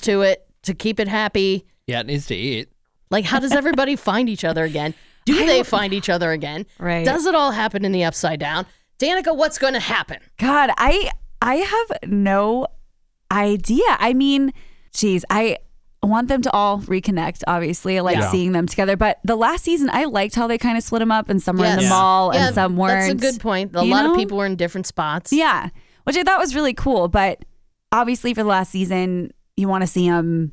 Speaker 6: [LAUGHS]
Speaker 4: to it to keep it happy
Speaker 5: yeah, it needs to eat.
Speaker 4: like how does
Speaker 6: [LAUGHS]
Speaker 4: everybody find each other again do they find each other again
Speaker 6: Right.
Speaker 4: does it all happen in the upside down danica what's gonna happen
Speaker 6: God, I I have no idea. I mean, geez, I want them to all reconnect. Obviously, I like
Speaker 7: Yeah.
Speaker 6: seeing them together. But the last season, I liked how they kind of split them up, and some were in the
Speaker 4: Yes.
Speaker 6: mall
Speaker 4: yeah
Speaker 6: and some weren't.
Speaker 4: that's a good point a
Speaker 6: You
Speaker 4: lot of
Speaker 6: know?
Speaker 4: people were in different spots
Speaker 6: Yeah, which I thought was really cool. But obviously, for the last season, you want to see them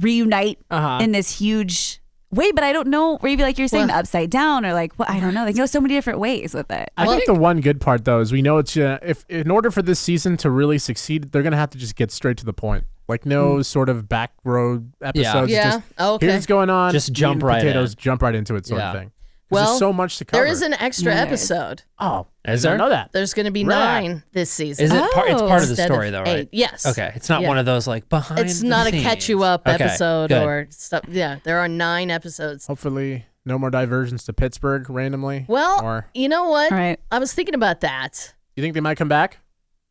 Speaker 6: reunite
Speaker 5: Uh-huh.
Speaker 6: in this huge way. But I don't know, maybe like you're saying,
Speaker 4: Well-
Speaker 6: the upside down or like, well, I don't know. They can go so many different ways with it.
Speaker 7: I think the one good part though is we know it's uh, if in order for this season to really succeed, they're gonna have to just get straight to the point. Like no
Speaker 5: Hmm.
Speaker 7: sort of back road episodes.
Speaker 4: Yeah. Oh,
Speaker 7: Just,
Speaker 4: Okay.
Speaker 7: Here's what's going on.
Speaker 5: Just
Speaker 7: meat
Speaker 5: jump
Speaker 7: and
Speaker 5: right
Speaker 7: Potatoes
Speaker 5: in.
Speaker 7: jump right into it sort
Speaker 5: Yeah.
Speaker 7: of thing. 'Cause
Speaker 4: Well,
Speaker 7: there's so much to cover.
Speaker 4: there is an extra
Speaker 6: Yeah, there is.
Speaker 4: episode
Speaker 7: oh,
Speaker 5: Is
Speaker 7: I didn't
Speaker 5: there?
Speaker 7: know that?
Speaker 4: There's going to be
Speaker 7: Rad.
Speaker 4: nine this season.
Speaker 5: Is it part? It's
Speaker 6: Oh.
Speaker 5: part of the
Speaker 4: Instead of
Speaker 5: story, though, right?
Speaker 4: eight. Yes.
Speaker 5: Okay. It's not
Speaker 4: Yeah.
Speaker 5: one of those like behind.
Speaker 4: It's
Speaker 5: the
Speaker 4: not a
Speaker 5: scenes.
Speaker 4: catch you up
Speaker 5: Okay,
Speaker 4: episode
Speaker 5: good.
Speaker 4: or stuff. Yeah, there are nine episodes.
Speaker 7: Hopefully, no more diversions to Pittsburgh randomly.
Speaker 4: Well,
Speaker 7: or
Speaker 4: you know what?
Speaker 6: All right.
Speaker 4: I was thinking about that.
Speaker 7: you think they might come back?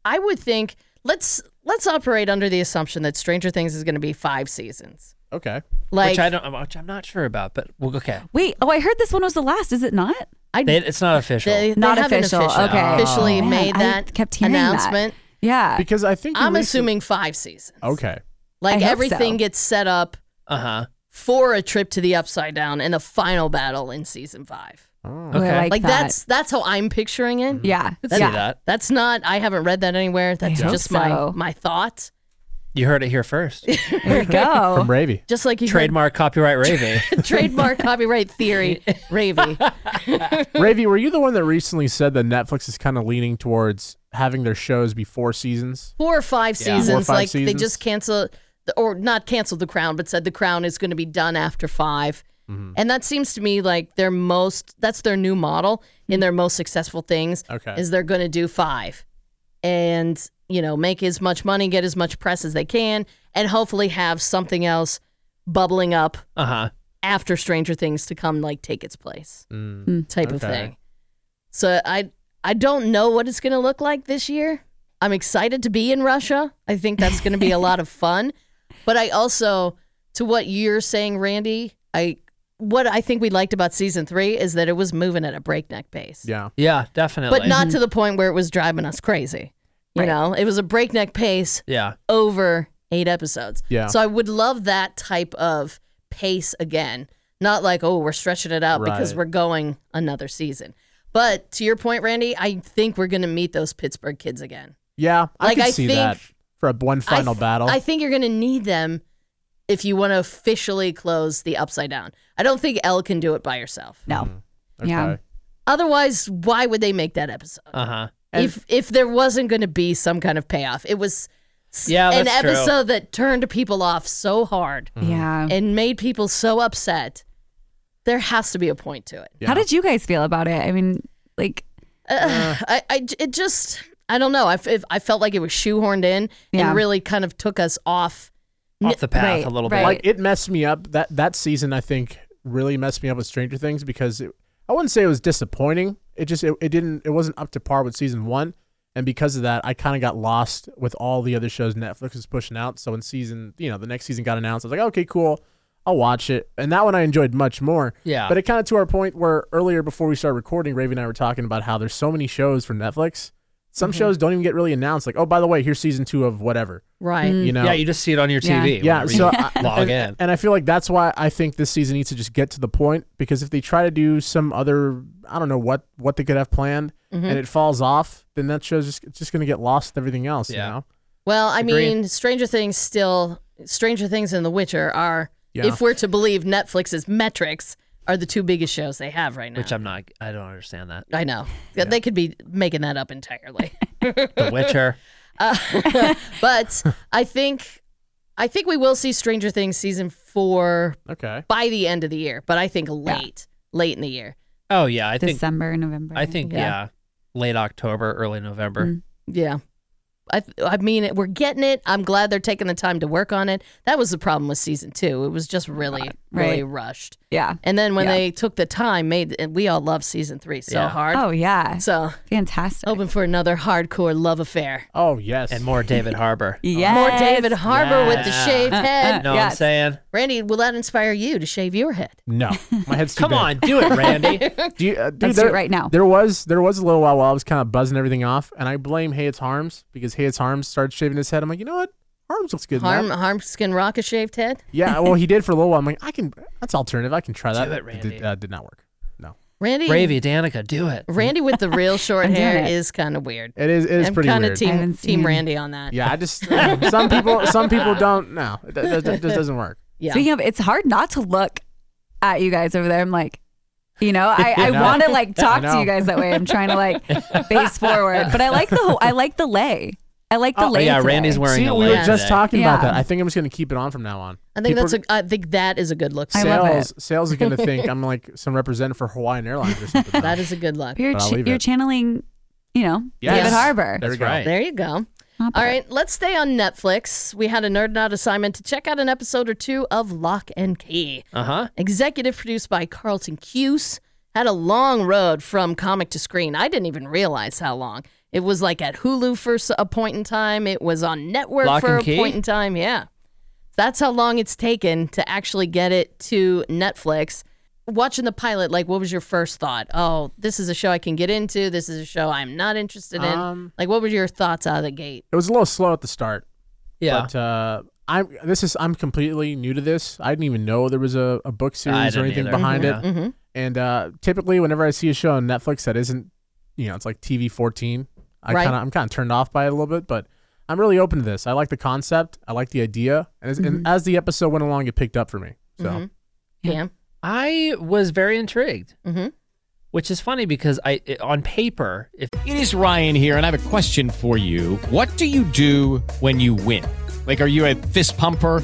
Speaker 4: I would think let's let's operate under the assumption that Stranger Things is going to be five seasons.
Speaker 7: Okay.
Speaker 4: Like
Speaker 5: which I don't, which I'm not sure about, but well, okay.
Speaker 6: Wait, oh, I heard this one was the last. Is it not?
Speaker 4: I-
Speaker 5: They,
Speaker 4: [LAUGHS]
Speaker 5: it's not official.
Speaker 4: they, they
Speaker 6: Not
Speaker 4: haven't
Speaker 6: official,
Speaker 4: officially-
Speaker 6: okay.
Speaker 4: Officially
Speaker 6: Oh. Man,
Speaker 4: made
Speaker 6: I
Speaker 4: that
Speaker 6: kept hearing that.
Speaker 4: announcement.
Speaker 6: Yeah.
Speaker 7: Because I think you
Speaker 4: I'm
Speaker 7: recent-
Speaker 4: assuming five seasons.
Speaker 7: Okay.
Speaker 4: Like
Speaker 6: I hope
Speaker 4: everything
Speaker 6: so.
Speaker 4: gets set up
Speaker 5: uh huh.
Speaker 4: for a trip to the Upside Down and the final battle in season five.
Speaker 7: Oh.
Speaker 6: Ooh, I
Speaker 5: Okay.
Speaker 6: like,
Speaker 4: Like
Speaker 6: that.
Speaker 4: that's that's how I'm picturing it.
Speaker 6: yeah.
Speaker 5: Mm-hmm. See
Speaker 6: yeah.
Speaker 5: that?
Speaker 4: That's not. I haven't read that anywhere. That's
Speaker 6: hope
Speaker 4: just my
Speaker 6: so.
Speaker 4: my thought.
Speaker 5: You heard it
Speaker 4: [LAUGHS]
Speaker 5: here first.
Speaker 6: There you go.
Speaker 7: From Ravy. [LAUGHS]
Speaker 4: Just like you heard
Speaker 5: Trademark copyright Ravy.
Speaker 4: [LAUGHS]
Speaker 5: [LAUGHS]
Speaker 4: trademark copyright theory, Ravy.
Speaker 7: Ravy, were you the one that recently said that Netflix is kind of leaning towards having their shows before seasons?
Speaker 4: Four or five
Speaker 5: Yeah.
Speaker 4: seasons.
Speaker 7: Four or five
Speaker 4: like they
Speaker 7: seasons.
Speaker 4: just canceled, the, or not canceled the Crown, but said the Crown is going to be done after 5
Speaker 7: Mm-hmm.
Speaker 4: And that seems to me like their most. That's their new model in their most successful things.
Speaker 7: Okay.
Speaker 4: is they're going to do five, and you know make as much money, get as much press as they can, and hopefully have something else bubbling up
Speaker 5: Uh huh.
Speaker 4: after Stranger Things to come like take its place Mm, type of
Speaker 7: Mm. Okay.
Speaker 4: thing. So I I don't know what it's going to look like this year. I'm excited to be in Russia. I think that's going to be a lot of [LAUGHS] fun. But I also to what you're saying Randy, I what I think we liked about season 3 is that it was moving at a breakneck pace.
Speaker 7: Yeah.
Speaker 5: Yeah, definitely.
Speaker 4: But not to the point where it was driving us crazy. You
Speaker 6: Right.
Speaker 4: know, it was a breakneck pace
Speaker 5: Yeah.
Speaker 4: over eight episodes.
Speaker 7: Yeah.
Speaker 4: So I would love that type of pace again. Not like, oh, we're stretching it out because
Speaker 7: Right.
Speaker 4: we're going another season. But to your point, Randy, I think we're going to meet those Pittsburgh kids again.
Speaker 7: Yeah. I
Speaker 4: Like,
Speaker 7: could
Speaker 4: I
Speaker 7: see
Speaker 4: think-
Speaker 7: that for a, one
Speaker 4: I
Speaker 7: final
Speaker 4: th-
Speaker 7: battle.
Speaker 4: I think you're going to need them if you want to officially close the upside down. I don't think Elle can do it by herself.
Speaker 6: No.
Speaker 7: Mm, okay.
Speaker 6: Yeah.
Speaker 4: Otherwise, why would they make that episode?
Speaker 5: Uh huh.
Speaker 4: if if there wasn't going to be some kind of payoff, it was s-
Speaker 5: Yeah,
Speaker 4: an
Speaker 5: that's true.
Speaker 4: episode that turned people off so hard.
Speaker 6: Yeah.
Speaker 4: and made people so upset, there has to be a point to it. Uh,
Speaker 7: Yeah.
Speaker 6: How did you guys feel about it? I mean, like,
Speaker 4: [SIGHS] I, I j- it just I don't know. I, f- if- I felt like it was shoehorned in
Speaker 6: Yeah.
Speaker 4: and really kind of took us off.
Speaker 5: off the path
Speaker 6: right,
Speaker 5: a little
Speaker 6: right.
Speaker 5: bit.
Speaker 6: Like-
Speaker 7: Like it messed me up. That that season, I think, really messed me up with Stranger Things because it, I wouldn't say it was disappointing. It just it, it didn't it wasn't up to par with season one, and because of that, I kind of got lost with all the other shows Netflix was pushing out. So when season you know the next season got announced, I was like, okay, cool. I'll watch it, and that one I enjoyed much more.
Speaker 5: Yeah.
Speaker 7: but it kind of to our point where earlier before we started recording, Ravi and I were talking about how there's so many shows for Netflix. Some
Speaker 5: Mm-hmm.
Speaker 7: shows don't even get really announced. Like, oh, by the way, here's season two of whatever.
Speaker 4: Right.
Speaker 7: You know,
Speaker 5: Mm. yeah, you just see it on your
Speaker 6: Yeah.
Speaker 5: TV.
Speaker 7: yeah,
Speaker 5: whenever
Speaker 7: so uh,
Speaker 5: you [LAUGHS]
Speaker 7: I,
Speaker 5: log
Speaker 7: and,
Speaker 5: in.
Speaker 7: [LAUGHS] and I feel like that's why I think this season needs to just get to the point because if they try to do some other, I don't know what what they could have planned, and it falls off, then that show's just it's just gonna get lost with everything else.
Speaker 5: Yeah.
Speaker 7: You know?
Speaker 4: Well, I
Speaker 5: Agree.
Speaker 4: mean, Stranger Things still Stranger Things and The Witcher are,
Speaker 7: Yeah.
Speaker 4: if we're to believe Netflix's metrics, are the two biggest shows they have right now.
Speaker 5: Which I'm not. I don't understand that.
Speaker 4: I know they could be making that up entirely. [LAUGHS]
Speaker 5: The Witcher.
Speaker 4: but I think I think we will see Stranger Things season four
Speaker 7: Okay.
Speaker 4: by the end of the year, but I think late, late in the year.
Speaker 5: Oh yeah, I think.
Speaker 6: December, November.
Speaker 5: I think yeah.
Speaker 4: Yeah. Mm.
Speaker 5: late October, early November.
Speaker 4: Yeah. I, I mean, it- we're getting it. I'm glad they're taking the time to work on it. That was the problem with season two. It was just really, really rushed.
Speaker 6: Yeah.
Speaker 4: And then when
Speaker 6: Yeah.
Speaker 4: they took the time, made and we all love season three so
Speaker 5: Yeah.
Speaker 4: hard. Oh,
Speaker 6: Oh yeah.
Speaker 4: [LAUGHS] So
Speaker 6: Fantastic.
Speaker 4: hoping for another hardcore love affair.
Speaker 7: Oh yes.
Speaker 5: And more David Harbor.
Speaker 6: yes.
Speaker 4: More David Harbor with the
Speaker 5: Yeah.
Speaker 6: [LAUGHS]
Speaker 4: shaved head.
Speaker 5: know what I'm
Speaker 6: Yes.
Speaker 5: saying?
Speaker 4: Randy, will that inspire you to shave your head?
Speaker 7: no, my head's too
Speaker 5: Come
Speaker 7: big.
Speaker 5: on, do it,
Speaker 6: [LAUGHS]
Speaker 5: Randy.
Speaker 7: Do you, uh, dude,
Speaker 6: Let's do
Speaker 7: there,
Speaker 6: it right now.
Speaker 7: There was there was a little while while I was kind of buzzing everything off, and I blame Hayat's Harms because Hayat's Harms started shaving his head. I'm like, you know what? Harms looks good. in
Speaker 4: Harm,
Speaker 7: that.
Speaker 4: harm skin rock a shaved head?
Speaker 7: Yeah. Well, he did for a little while. I'm like, I can. That's alternative. I can try that.
Speaker 5: Do it, Randy.
Speaker 7: did, uh, did not work. No.
Speaker 4: Randy,
Speaker 5: Bravey, Danica, do it.
Speaker 4: Randy with the real short
Speaker 6: I'm doing
Speaker 4: hair
Speaker 6: it.
Speaker 4: is kind of weird.
Speaker 7: It is. It is
Speaker 4: I'm
Speaker 7: pretty
Speaker 4: kinda
Speaker 7: weird.
Speaker 6: I
Speaker 4: team
Speaker 6: haven't
Speaker 4: team
Speaker 6: seen-
Speaker 4: Randy on that.
Speaker 7: Yeah, I just some people some people don't know. It, it, it just doesn't work.
Speaker 4: yeah.
Speaker 6: Speaking of, it's hard not to look at you guys over there. I'm like, you know, I, I
Speaker 7: know.
Speaker 6: want to like talk to
Speaker 7: know.
Speaker 6: you guys that way. I'm trying to like face forward, but I like the whole, I like the lay. I like the
Speaker 5: Oh
Speaker 6: lay.
Speaker 5: [LAUGHS] yeah,
Speaker 6: today.
Speaker 5: Randy's wearing
Speaker 7: See,
Speaker 5: a
Speaker 7: we were
Speaker 5: lay
Speaker 7: just
Speaker 5: today.
Speaker 7: talking about
Speaker 6: Yeah.
Speaker 7: that. I think I'm just gonna keep it on from now on.
Speaker 4: I think
Speaker 7: People-
Speaker 4: that's a. I think that is a good look.
Speaker 6: I
Speaker 4: Sarah.
Speaker 6: love it.
Speaker 7: Sales sales is gonna
Speaker 6: [LAUGHS]
Speaker 7: think I'm like some representative for Hawaiian Airlines or something.
Speaker 4: That is a good look.
Speaker 6: You're,
Speaker 7: But I'll
Speaker 6: ch-
Speaker 7: leave
Speaker 6: you're
Speaker 7: it.
Speaker 6: channeling, you know,
Speaker 7: Yes.
Speaker 6: David Harbor.
Speaker 7: there we
Speaker 5: That's
Speaker 7: go.
Speaker 5: right.
Speaker 4: There you go.
Speaker 6: Not
Speaker 4: All
Speaker 6: bad.
Speaker 4: right, let's stay on Netflix. We had a nerd out assignment to check out an episode or two of Lock and Key.
Speaker 5: Uh huh.
Speaker 4: Executive produced by Carlton Cuse. Had a long road from comic to screen. I didn't even realize how long. It was like at Hulu for s- a point in time. It was on network
Speaker 5: Lock
Speaker 4: for
Speaker 5: and
Speaker 4: a
Speaker 5: Key?
Speaker 4: point in time. Yeah. That's how long it's taken to actually get it to Netflix. Watching the pilot, like, what was your first thought? Oh, this is a show I can get into. This is a show I'm not interested in.
Speaker 7: Um,
Speaker 4: like, what were your thoughts out of the gate?
Speaker 7: It was a little slow at the start.
Speaker 5: Yeah.
Speaker 7: But uh, I'm this is I'm completely new to this. I didn't even know there was a, a book series or
Speaker 5: didn't
Speaker 7: anything
Speaker 5: either.
Speaker 7: behind
Speaker 5: Mhm.
Speaker 7: it.
Speaker 5: Yeah.
Speaker 4: Mhm.
Speaker 7: And uh, typically, whenever I see a show on Netflix that isn't, you know, it's like TV 14, I
Speaker 4: Right.
Speaker 7: kind of I'm kind of turned off by it a little bit. But I'm really open to this. I like the concept. I like the idea. And, as
Speaker 4: Mm-hmm.
Speaker 7: and as the episode went along, it picked up for me. So
Speaker 4: Yeah.
Speaker 5: I was very intrigued,
Speaker 6: Mm-hmm.
Speaker 4: Mhm.
Speaker 5: which is funny because I, it- on paper, if
Speaker 8: It is Ryan here, and I have a question for you. What do you do when you win? Like, are you a fist pumper?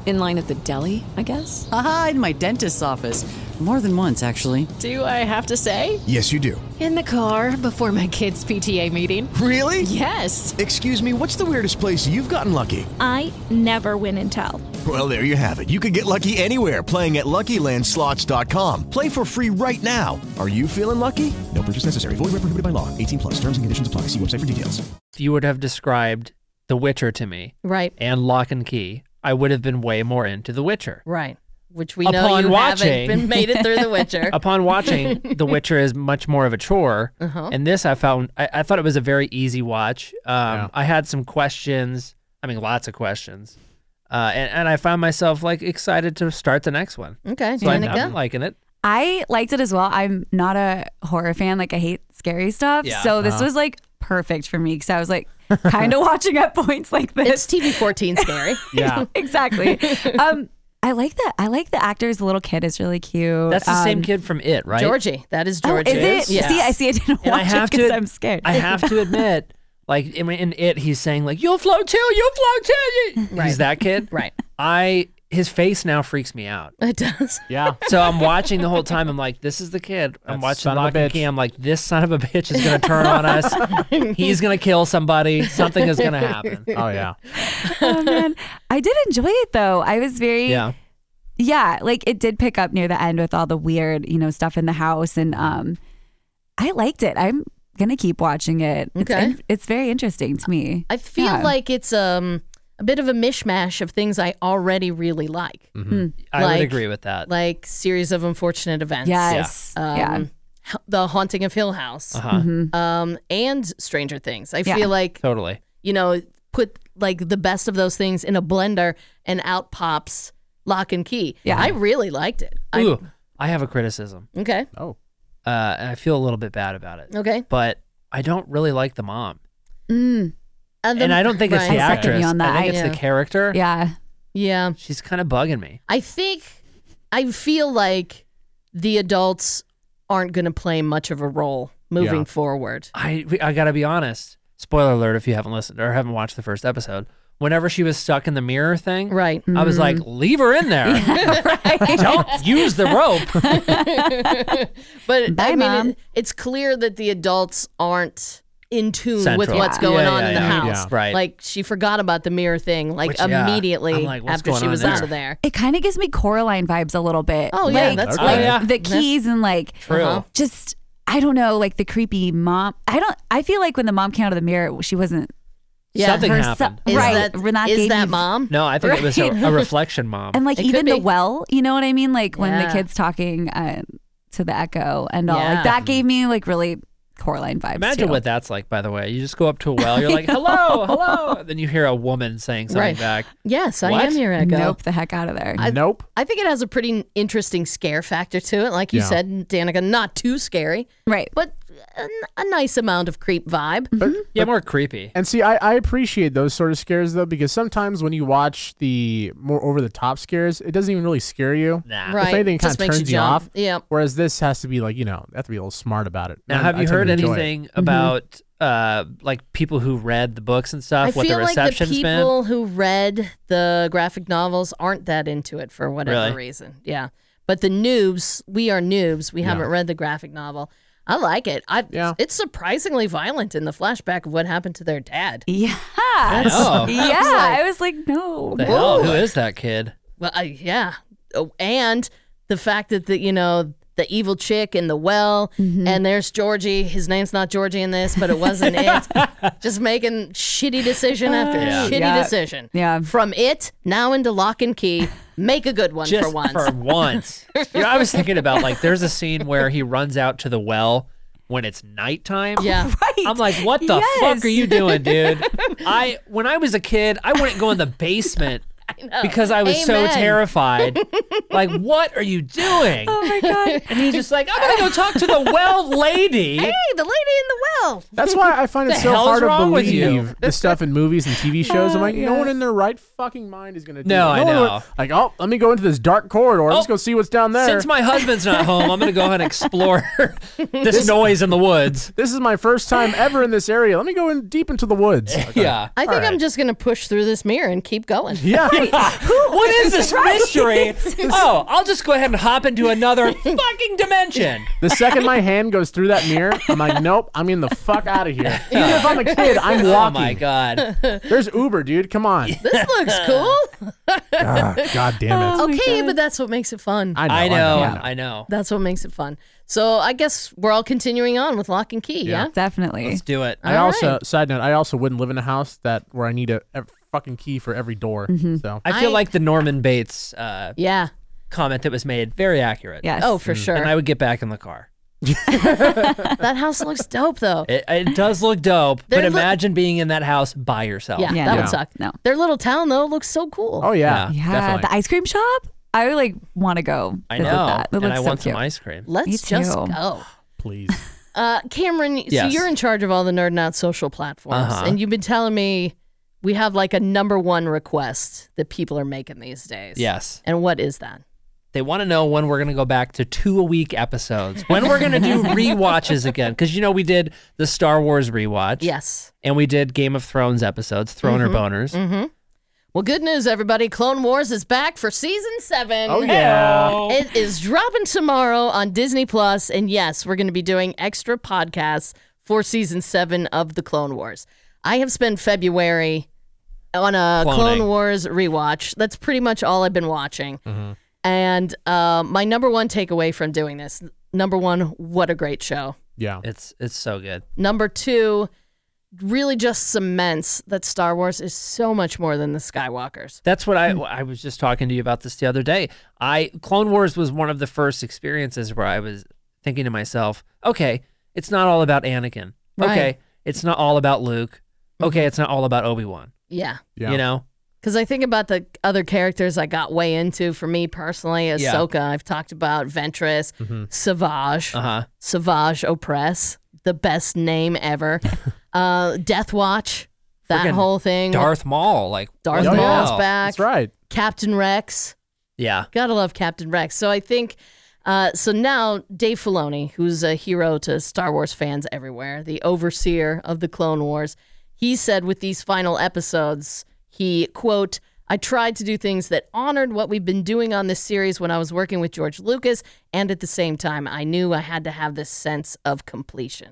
Speaker 9: In line at the deli, I guess?
Speaker 10: Aha, in my dentist's office. More than once, actually.
Speaker 9: Do I have to say?
Speaker 11: Yes, you do.
Speaker 9: In the car before my kids' PTA meeting.
Speaker 11: Really?
Speaker 9: Yes.
Speaker 11: Excuse me, what's the weirdest place you've gotten lucky?
Speaker 10: I never win and tell.
Speaker 11: Well, there you have it. You can get lucky anywhere playing at LuckyLandSlots.com. Play for free right now. Are you feeling lucky? No purchase necessary. Void where prohibited by law. 18 plus. Terms and conditions apply. See website for details.
Speaker 5: you would have described The Witcher to me
Speaker 4: Right.
Speaker 5: and Lock and Key, I would have been way more into The Witcher.
Speaker 4: Right. Which we know
Speaker 5: Upon
Speaker 4: you
Speaker 5: watching-
Speaker 4: haven't been made it through The
Speaker 5: [LAUGHS]
Speaker 4: Witcher.
Speaker 5: Upon watching,
Speaker 4: [LAUGHS]
Speaker 5: The Witcher is much more of a chore,
Speaker 4: Uh-huh.
Speaker 5: and this I found I, I thought it was a very easy watch. Um, I had some questions. I mean, lots of questions, uh, and and I found myself like excited to start the next one.
Speaker 4: okay,
Speaker 5: So I'm,
Speaker 4: Danica.
Speaker 5: I'm liking it.
Speaker 6: I liked it as well. I'm not a horror fan. Like I hate scary stuff.
Speaker 5: Yeah.
Speaker 6: So this was like perfect for me because I was like kind of watching at points like this. [LAUGHS]
Speaker 4: It's TV
Speaker 5: [LAUGHS]
Speaker 4: 14 scary.
Speaker 7: Yeah.
Speaker 6: exactly. Um, I like that. I like the actor as a little kid. It's really cute.
Speaker 5: That's the same
Speaker 6: Um,
Speaker 5: kid from It, right?
Speaker 4: Georgie. That is
Speaker 6: Oh,
Speaker 4: Georgie.
Speaker 6: is it? See, I see. I didn't
Speaker 5: And I
Speaker 6: watch
Speaker 5: have
Speaker 6: it because
Speaker 5: to-
Speaker 6: I'm scared. [LAUGHS]
Speaker 5: I have to
Speaker 4: [LAUGHS]
Speaker 5: admit, like in, in It, he's saying like, "You'll float too. You'll float too." You-" He's that kid.
Speaker 4: [LAUGHS] Right.
Speaker 5: I his face now freaks me out.
Speaker 4: It does.
Speaker 7: Yeah.
Speaker 5: So I'm watching the whole time. I'm like, this is the kid. I'm
Speaker 7: That
Speaker 5: watching
Speaker 7: son of a
Speaker 5: Lock and
Speaker 7: bitch.
Speaker 5: Key. I'm like, this son of a bitch is going to turn on
Speaker 7: [LAUGHS]
Speaker 5: us. He's going to kill somebody. Something is going to
Speaker 4: [LAUGHS]
Speaker 5: happen.
Speaker 7: Oh yeah.
Speaker 6: oh man, I did enjoy it though. I was very
Speaker 5: Yeah.
Speaker 6: yeah, like it did pick up near the end with all the weird, you know, stuff in the house, and um, I liked it. I'm gonna keep watching it.
Speaker 4: Okay.
Speaker 6: it's, in- it's very interesting to me.
Speaker 4: I feel
Speaker 6: Yeah.
Speaker 4: like it's um a bit of a mishmash of things I already really like.
Speaker 5: Mm-hmm. I
Speaker 4: Like-
Speaker 5: would agree with that.
Speaker 4: Like series of unfortunate events.
Speaker 6: Yes.
Speaker 4: Um,
Speaker 6: Yeah. Mm-hmm.
Speaker 4: Ha- The Haunting of Hill House.
Speaker 5: Uh-huh.
Speaker 4: Um and Stranger Things. I
Speaker 6: Yeah.
Speaker 4: feel like
Speaker 5: Totally.
Speaker 4: you know, put like the best of those things in a blender and out pops Lock and Key.
Speaker 6: Yeah.
Speaker 4: I really liked it. I,
Speaker 5: Ooh, I have a criticism.
Speaker 4: Okay.
Speaker 7: Oh.
Speaker 5: Uh, and I feel a little bit bad about it.
Speaker 4: Okay.
Speaker 5: But I don't really like the mom.
Speaker 6: Mm,
Speaker 4: the-
Speaker 5: and I don't think it's
Speaker 4: Right.
Speaker 5: the
Speaker 6: I second you
Speaker 5: actress.
Speaker 6: on that.
Speaker 5: I think
Speaker 4: I-
Speaker 5: it's
Speaker 4: Yeah.
Speaker 5: the character. [LAUGHS]
Speaker 6: yeah,
Speaker 4: Yeah.
Speaker 5: She's kind of bugging me.
Speaker 4: I think I feel like the adults aren't going to play much of a role moving
Speaker 7: Yeah.
Speaker 4: forward.
Speaker 5: I we- I gotta be honest. Spoiler alert! If you haven't listened or haven't watched the first episode, whenever she was stuck in the mirror thing,
Speaker 4: Right. Mm-hmm.
Speaker 5: I was like, leave her in
Speaker 4: [LAUGHS]
Speaker 5: there. Don't use the rope.
Speaker 4: But
Speaker 6: Bye,
Speaker 4: I mean,
Speaker 6: Mom.
Speaker 4: it, it's clear that the adults aren't in tune with
Speaker 5: Central.
Speaker 4: what's
Speaker 5: Yeah.
Speaker 4: going
Speaker 5: Yeah,
Speaker 4: on
Speaker 5: yeah,
Speaker 4: in the
Speaker 5: yeah.
Speaker 4: house.
Speaker 5: Yeah. Right.
Speaker 4: Like she forgot about the mirror thing like
Speaker 5: Which, yeah.
Speaker 4: immediately
Speaker 5: I'm like, what's
Speaker 4: after
Speaker 5: going
Speaker 4: she
Speaker 5: on
Speaker 4: was
Speaker 5: there?
Speaker 4: out of there.
Speaker 6: it kind of gives me Coraline vibes a little bit.
Speaker 4: Oh, yeah,
Speaker 6: Like-
Speaker 4: that's
Speaker 7: Okay.
Speaker 6: like
Speaker 5: Oh, yeah.
Speaker 6: the keys and like
Speaker 5: True. Uh-huh.
Speaker 6: just I don't know, like the creepy mom. I don't. I feel like when the mom came out of the mirror, she wasn't
Speaker 4: Yeah.
Speaker 5: Something
Speaker 6: herself.
Speaker 5: happened.
Speaker 4: Is
Speaker 6: right.
Speaker 4: that,
Speaker 6: Renata
Speaker 4: is
Speaker 6: gave
Speaker 4: that
Speaker 6: me-
Speaker 4: mom?
Speaker 5: No, I think it was a,
Speaker 6: Right.
Speaker 5: a reflection, mom.
Speaker 6: and like
Speaker 4: It could
Speaker 6: even the
Speaker 4: be.
Speaker 6: well you know what i mean like when
Speaker 4: Yeah.
Speaker 6: the kids talking uh, to the echo and all
Speaker 4: Yeah.
Speaker 6: like that gave me like really coraline vibes
Speaker 5: Imagine
Speaker 6: too.
Speaker 5: what that's like. By the way, you just go up to a well. You're like,
Speaker 4: [LAUGHS]
Speaker 5: hello, hello. and Then you hear a woman saying something
Speaker 4: Right.
Speaker 5: back.
Speaker 4: Yes, I
Speaker 5: What?
Speaker 4: am your echo.
Speaker 6: nope the heck out of there
Speaker 7: nope.
Speaker 4: uh, I think it has a pretty interesting scare factor to it. Like you
Speaker 7: Yeah.
Speaker 4: said, Danica, not too scary,
Speaker 6: right
Speaker 4: but a, a nice amount of creep vibe.
Speaker 5: Yeah, more creepy.
Speaker 7: And see, I, I appreciate those sort of scares though, because sometimes when you watch the more over the top scares, it doesn't even really scare you.
Speaker 5: Nah.
Speaker 4: Right.
Speaker 7: If anything, it kind
Speaker 4: Just
Speaker 7: of
Speaker 4: makes
Speaker 7: turns
Speaker 4: you
Speaker 7: you,
Speaker 4: jump.
Speaker 7: off.
Speaker 4: Yeah.
Speaker 7: Whereas this has to be like you know, you have to be a little smart about it.
Speaker 5: Now,
Speaker 7: I-
Speaker 5: have
Speaker 7: I
Speaker 5: you
Speaker 7: tend
Speaker 5: heard
Speaker 7: to enjoy it.
Speaker 5: anything
Speaker 4: Mm-hmm.
Speaker 5: about uh, like people who read the books and stuff?
Speaker 4: I
Speaker 5: what
Speaker 4: feel
Speaker 5: the
Speaker 4: like the
Speaker 5: reception's been?
Speaker 4: people who read the graphic novels aren't that into it for whatever
Speaker 5: Really?
Speaker 4: reason. Yeah. But the noobs, we are noobs. We haven't read the graphic novel. I like it. I,
Speaker 7: Yeah.
Speaker 4: It's surprisingly violent in the flashback of what happened to their dad.
Speaker 6: [LAUGHS] yeah
Speaker 4: [LAUGHS]
Speaker 5: know.
Speaker 6: [LAUGHS] yeah i was like no
Speaker 5: The hell? Who is that kid?
Speaker 4: Well, I yeah, oh, and the fact that the you know the evil chick in the well, and there's Georgie. His name's not Georgie in this, but it wasn't it. Just making shitty decision after
Speaker 5: Yeah.
Speaker 4: shitty
Speaker 6: Yeah.
Speaker 4: decision.
Speaker 6: Yeah.
Speaker 4: From it now into lock and key. Make a good one
Speaker 5: Just
Speaker 4: for once.
Speaker 5: [LAUGHS] once. You know, I was thinking about like there's a scene where he runs out to the well when it's nighttime.
Speaker 4: yeah.
Speaker 6: [LAUGHS] right
Speaker 5: I'm like, what the fuck
Speaker 6: Yes.
Speaker 5: are you
Speaker 6: [LAUGHS]
Speaker 5: doing, dude? I when I was a kid, I wouldn't go in
Speaker 6: [LAUGHS]
Speaker 5: the basement because I was so
Speaker 4: Amen.
Speaker 5: terrified. like, what are you doing?
Speaker 6: oh my god
Speaker 5: And he's just like, I'm gonna go talk to the well lady.
Speaker 4: Hey, the lady in the well.
Speaker 7: That's why I find it
Speaker 5: The
Speaker 7: so
Speaker 5: hell's
Speaker 7: hard to
Speaker 5: wrong with you? Uh,
Speaker 7: believe the stuff in movies and TV shows. I'm like, no one in their right fucking mind is gonna do.
Speaker 5: No,
Speaker 7: that.
Speaker 5: I
Speaker 7: one would-
Speaker 5: know.
Speaker 7: Like, oh, let me go into this dark corridor. Let's
Speaker 5: Oh,
Speaker 7: go see what's down there.
Speaker 5: Since my husband's not home, I'm gonna go ahead and explore [LAUGHS] this noise in the woods.
Speaker 7: this is my
Speaker 5: [LAUGHS]
Speaker 7: first time ever in this area. Let me go in deep into the woods.
Speaker 5: Yeah.
Speaker 4: I think I'm
Speaker 7: right.
Speaker 4: just gonna push through this mirror and keep going.
Speaker 5: [LAUGHS]
Speaker 7: Yeah.
Speaker 5: What is this [LAUGHS] mystery? Oh, I'll just go ahead and hop into another fucking [LAUGHS] dimension.
Speaker 7: The second my hand goes through that mirror, I'm like, nope, I'm in the fuck out
Speaker 5: [LAUGHS]
Speaker 7: of here. Even if I'm a kid, I'm
Speaker 5: Oh
Speaker 7: walking.
Speaker 5: my god.
Speaker 7: There's Uber, dude. Come on.
Speaker 4: This looks cool.
Speaker 7: Ah, God damn it.
Speaker 4: okay, but that's what makes it fun.
Speaker 7: I know.
Speaker 5: [LAUGHS] I know.
Speaker 7: I know.
Speaker 5: I know.
Speaker 4: That's what makes it fun. So I guess we're all continuing on with lock and key. Yeah.
Speaker 6: definitely
Speaker 5: Let's do it.
Speaker 7: I
Speaker 4: All
Speaker 7: also,
Speaker 4: right.
Speaker 7: side note, I also wouldn't live in a house that where I need a, a fucking key for every door.
Speaker 5: Mm-hmm.
Speaker 7: So
Speaker 5: I feel
Speaker 4: I-
Speaker 5: like the Norman Bates uh,
Speaker 4: Yeah.
Speaker 5: comment that was made very accurate.
Speaker 6: yes
Speaker 4: Oh, for sure.
Speaker 5: Mm. And I would get back in the car.
Speaker 4: that house looks dope though.
Speaker 5: It, it does look dope, but
Speaker 4: There look-
Speaker 5: imagine being in that house by yourself.
Speaker 4: Yeah,
Speaker 6: Yeah,
Speaker 4: that
Speaker 6: no.
Speaker 4: would suck.
Speaker 6: No.
Speaker 4: Their little town though looks so cool.
Speaker 7: Oh yeah.
Speaker 5: Yeah.
Speaker 6: yeah
Speaker 5: definitely.
Speaker 6: the ice cream shop i like want to go
Speaker 5: I
Speaker 6: visit
Speaker 5: know.
Speaker 6: that. It
Speaker 5: and
Speaker 6: looks
Speaker 5: I
Speaker 6: so
Speaker 5: want
Speaker 6: cute.
Speaker 5: some ice cream.
Speaker 4: Let's
Speaker 6: Me
Speaker 4: just
Speaker 6: too.
Speaker 4: go.
Speaker 7: Please.
Speaker 4: Uh, Cameron, so
Speaker 5: Yes.
Speaker 4: you're in charge of all the Nerd Not social platforms,
Speaker 5: Uh-huh.
Speaker 4: and you've been telling me we have like a number one request that people are making these days.
Speaker 5: Yes.
Speaker 4: And what is that?
Speaker 5: They want to know when we're going to go back to two a week episodes, when we're going
Speaker 6: [LAUGHS]
Speaker 5: to do rewatches again. Because, you know, we did the Star Wars rewatch.
Speaker 4: Yes.
Speaker 5: And we did Game of Thrones episodes, Throner
Speaker 4: Mhm.
Speaker 5: Boners.
Speaker 4: Mm-hmm. Well, good news, everybody. Clone Wars is back for season seven.
Speaker 5: Oh, yeah. Hey-o.
Speaker 4: It is dropping tomorrow on Disney Plus, and yes, we're going to be doing extra podcasts for season seven of the Clone Wars. I have spent February on a
Speaker 9: Cloning.
Speaker 4: Clone Wars rewatch. That's pretty much all I've been watching. And uh, my number one takeaway from doing this: number one, what a great show.
Speaker 7: Yeah.
Speaker 5: It's it's so good.
Speaker 4: Number two, really just cements that Star Wars is so much more than the Skywalkers.
Speaker 5: That's what
Speaker 4: Mm.
Speaker 5: I I was just talking to you about this the other day. I Clone Wars was one of the first experiences where I was thinking to myself, okay, it's not all about Anakin.
Speaker 4: Right. Mm-hmm.
Speaker 5: Okay, it's not all about Luke. Okay, it's not all about Obi Wan.
Speaker 4: Yeah.
Speaker 5: You know,
Speaker 4: Because I think about the other characters I got way into for me personally
Speaker 5: Yeah.
Speaker 4: Ahsoka. I've talked about Ventress,
Speaker 5: Mhm.
Speaker 4: Savage,
Speaker 5: Uh-huh.
Speaker 4: Savage Oppress, the best name ever.
Speaker 5: [LAUGHS]
Speaker 4: uh, Death Watch, that
Speaker 5: Friggin'
Speaker 4: whole thing.
Speaker 5: Darth Maul, like
Speaker 4: Darth
Speaker 5: what the
Speaker 4: Maul's
Speaker 5: hell?
Speaker 4: back.
Speaker 7: right.
Speaker 4: Captain Rex.
Speaker 5: Yeah.
Speaker 4: Gotta love Captain Rex. So I think, uh, so now Dave Filoni, who's a hero to Star Wars fans everywhere, the overseer of the Clone Wars, he said with these final episodes, he, quote, I tried to do things that honored what we've been doing on this series when I was working with George Lucas, and at the same time, I knew I had to have this sense of completion.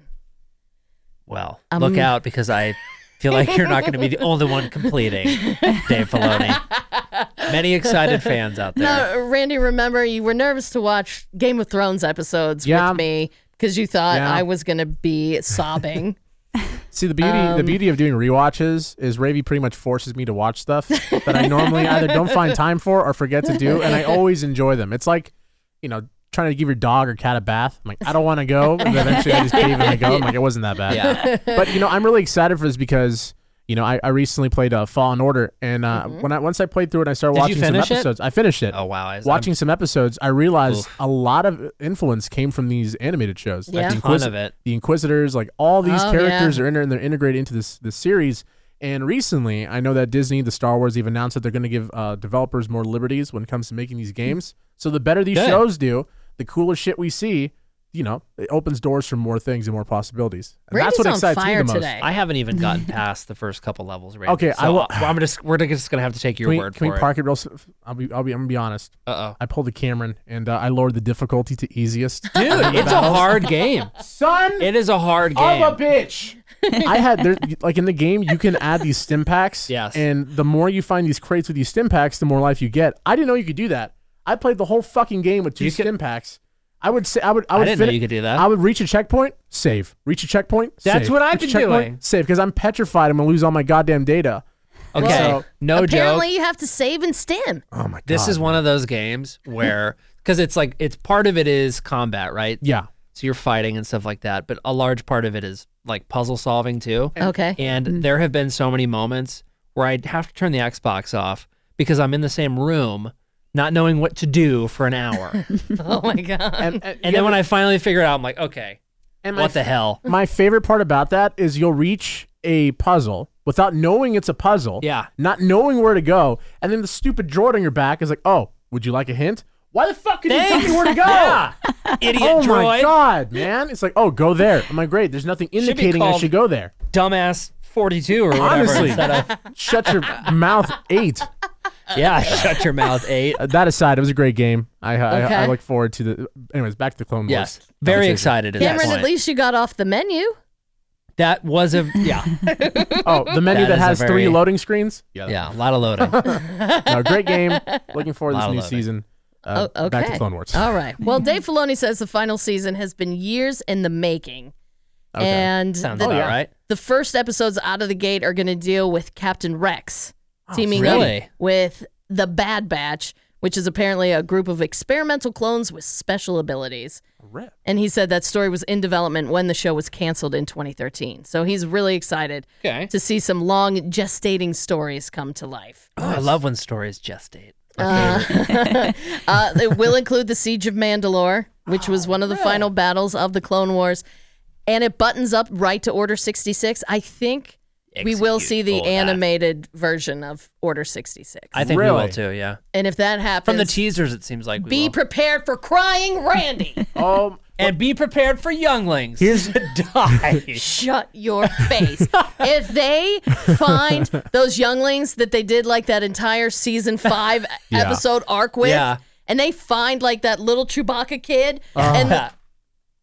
Speaker 5: Well,
Speaker 4: Um,
Speaker 5: look out because I feel like you're not
Speaker 4: [LAUGHS]
Speaker 5: going to be the only one completing Dave Filoni. Many excited fans out there.
Speaker 4: No, Uh, Randy, remember you were nervous to watch Game of Thrones episodes
Speaker 7: Yeah.
Speaker 4: with me because you thought
Speaker 7: Yeah.
Speaker 4: I was going to be sobbing.
Speaker 7: See the beauty the
Speaker 4: Um,
Speaker 7: beauty of doing rewatches is Ravy pretty much forces me to watch stuff that I normally either
Speaker 5: [LAUGHS]
Speaker 7: don't find time for or forget to do, and I always enjoy them. It's like, you know, trying to give your dog or cat a bath. I'm like, I don't want to go, and then eventually I just cave and I go. I'm like, it wasn't that bad.
Speaker 5: Yeah.
Speaker 7: [LAUGHS] But you know, I'm really excited for this because you know I, I recently played uh, Fallen Order, and uh, when I once I played through it, and I started
Speaker 5: Mm-hmm. Did you
Speaker 7: watching some
Speaker 5: finish it?
Speaker 7: episodes. I finished it.
Speaker 5: Oh wow! I,
Speaker 7: Watching some episodes, I realized a lot of influence came from these animated shows.
Speaker 5: Yeah.
Speaker 7: the,
Speaker 5: A ton
Speaker 7: Inquis-
Speaker 5: of it.
Speaker 7: the Inquisitors, like all these
Speaker 5: Oh,
Speaker 7: characters
Speaker 5: yeah.
Speaker 7: are in there and they're integrated into this this series. And recently, I know that Disney, the Star Wars, have announced that they're going to give uh, developers more liberties when it comes to making these games. So the better these
Speaker 5: Good.
Speaker 7: shows do, the cooler shit we see. You know, it opens doors for more things and more possibilities. And that's what excites me the most.
Speaker 5: I haven't even gotten past the first couple levels. Randy.
Speaker 7: Okay,
Speaker 5: so
Speaker 7: I will-
Speaker 5: I, am just we're just gonna have to take your
Speaker 7: can we,
Speaker 5: word
Speaker 7: can
Speaker 5: for
Speaker 7: we park it, real? s- I'll be, I'll be, I'm gonna be honest.
Speaker 5: Uh oh.
Speaker 7: I pulled a Cameron and uh, I lowered the difficulty to easiest.
Speaker 5: it, dude. it's a hard game,
Speaker 7: [LAUGHS]
Speaker 5: [LAUGHS]
Speaker 7: son.
Speaker 5: It is a hard
Speaker 7: I'm
Speaker 5: game.
Speaker 7: a bitch. I had [LAUGHS] there like in the game you can add these stim packs.
Speaker 5: Yes.
Speaker 7: And the more you find these crates with these stim packs, the more life you get. I didn't know you could do that. I played the whole fucking game with two stim packs. I would say I would I
Speaker 5: I
Speaker 7: would
Speaker 5: didn't know
Speaker 7: fini-
Speaker 5: you could do that.
Speaker 7: I would reach a checkpoint, save. Reach a checkpoint.
Speaker 5: That's
Speaker 7: save.
Speaker 5: what I've
Speaker 7: Reach a
Speaker 5: been
Speaker 7: checkpoint,
Speaker 5: doing.
Speaker 7: Save because I'm petrified. I'm gonna lose all my goddamn data.
Speaker 5: Okay,
Speaker 7: So-
Speaker 5: no joke.
Speaker 4: Apparently, you have to save and stim.
Speaker 7: Oh my god.
Speaker 5: This is one of those games
Speaker 7: [LAUGHS]
Speaker 5: where because it's like it's part of it is combat, right?
Speaker 7: Yeah.
Speaker 5: So you're fighting and stuff like that, but a large part of it is like puzzle solving too.
Speaker 4: Okay.
Speaker 5: Uh, And
Speaker 7: Mm-hmm.
Speaker 5: there have been so many moments where I have to turn the Xbox off because I'm in the same room, not knowing what to do for an [LAUGHS] hour.
Speaker 4: Oh my god!
Speaker 5: [LAUGHS]
Speaker 7: And,
Speaker 5: And then when I finally figure it out, I'm like, okay,
Speaker 7: my
Speaker 5: what the
Speaker 4: [LAUGHS]
Speaker 7: f-
Speaker 5: hell?
Speaker 7: My favorite part about that is you'll reach a puzzle without knowing it's a puzzle.
Speaker 5: Yeah.
Speaker 7: Not knowing where to go. And then the stupid droid on your back is like, oh, would you like a hint? Why the fuck could you tell
Speaker 5: Thanks.
Speaker 7: me where to go?
Speaker 5: [LAUGHS] Yeah. Idiot
Speaker 7: oh
Speaker 5: droid.
Speaker 7: my god, man. It's like, oh, go there. I'm like, great. There's nothing
Speaker 5: be
Speaker 7: indicating I
Speaker 5: called
Speaker 7: should go there.
Speaker 5: Dumbass 42 or whatever.
Speaker 7: Honestly.
Speaker 5: instead of-
Speaker 7: Shut your mouth, eight.
Speaker 5: yeah, [LAUGHS] shut your mouth, eight.
Speaker 7: Uh, That aside, it was a great game. I, I,
Speaker 4: Okay.
Speaker 7: I look forward to the. Anyways, back to the Clone Wars.
Speaker 5: [LAUGHS] Yes. Very
Speaker 7: conversation.
Speaker 5: excited at
Speaker 4: Cameron,
Speaker 5: that
Speaker 4: at
Speaker 5: point.
Speaker 4: least you got off the menu.
Speaker 5: That was a, yeah.
Speaker 7: Oh, the menu
Speaker 5: That
Speaker 7: that,
Speaker 5: is a
Speaker 7: has
Speaker 5: very-
Speaker 7: three loading screens?
Speaker 5: [LAUGHS] Yeah, a lot of loading. [LAUGHS]
Speaker 7: no, great game.
Speaker 4: [LAUGHS]
Speaker 7: Looking forward to
Speaker 5: Lot
Speaker 7: this
Speaker 5: of loading.
Speaker 7: new season. Uh,
Speaker 4: oh, okay.
Speaker 7: Back to Clone Wars.
Speaker 4: All right.
Speaker 5: [LAUGHS]
Speaker 4: Well, Dave Filoni says the final season has been years in the making.
Speaker 7: Okay.
Speaker 4: And
Speaker 5: Sounds
Speaker 4: the,
Speaker 5: about right.
Speaker 4: the first episodes out of the gate are going to deal with Captain Rex teaming
Speaker 5: Oh, really?
Speaker 4: up with the Bad Batch, which is apparently a group of experimental clones with special abilities.
Speaker 7: Rip.
Speaker 4: And he said that story was in development when the show was canceled in 2013. So he's really excited
Speaker 5: Okay.
Speaker 4: to see some long gestating stories come to life.
Speaker 5: Oh, I love when stories gestate.
Speaker 4: Uh,
Speaker 5: Oh,
Speaker 4: uh, it will include the Siege of Mandalore, which was one of the final battles of the Clone Wars. and it buttons up right to Order 66. I think we will see the animated version of Order 66.
Speaker 5: I think we will
Speaker 7: Really?
Speaker 5: too. Yeah.
Speaker 4: And if that happens,
Speaker 5: From the teasers, it seems like we
Speaker 4: be
Speaker 5: will.
Speaker 4: prepared for crying Randy.
Speaker 5: Oh,
Speaker 7: Um,
Speaker 5: and be prepared for younglings. [LAUGHS] Here's die. [LAUGHS]
Speaker 4: Shut your face. if they find those younglings that they did like that entire season five
Speaker 5: [LAUGHS] Yeah.
Speaker 4: episode arc with,
Speaker 5: Yeah. Uh.
Speaker 4: and they find like that little Chewbacca kid, and
Speaker 5: [LAUGHS]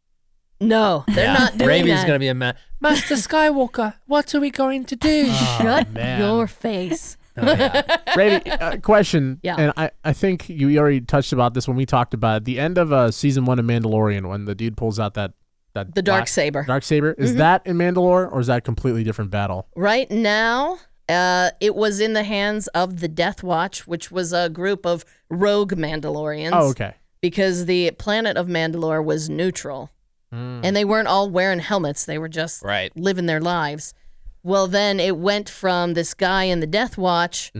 Speaker 4: no, they're
Speaker 5: Yeah.
Speaker 4: not doing
Speaker 5: Ravi's
Speaker 4: that.
Speaker 5: gonna be a man.
Speaker 12: Master Skywalker, what are we going to do?
Speaker 8: Ah,
Speaker 4: Shut
Speaker 7: man.
Speaker 4: your face.
Speaker 5: oh,
Speaker 4: [LAUGHS]
Speaker 7: Brady, uh, question.
Speaker 4: Yeah.
Speaker 7: And I, I think you already touched about this when we talked about it. the end of uh, season one of Mandalorian when the dude pulls out that that
Speaker 4: The dark saber.
Speaker 7: Dark saber is
Speaker 4: Mhm.
Speaker 7: that in Mandalore or is that a completely different battle?
Speaker 4: Right now, uh, it was in the hands of the Death Watch, which was a group of rogue Mandalorians.
Speaker 7: Oh, okay.
Speaker 4: Because the planet of Mandalore was neutral. And they weren't all wearing helmets. They were just
Speaker 5: Right.
Speaker 4: living their lives. Well, then it went from this guy in the Death Watch.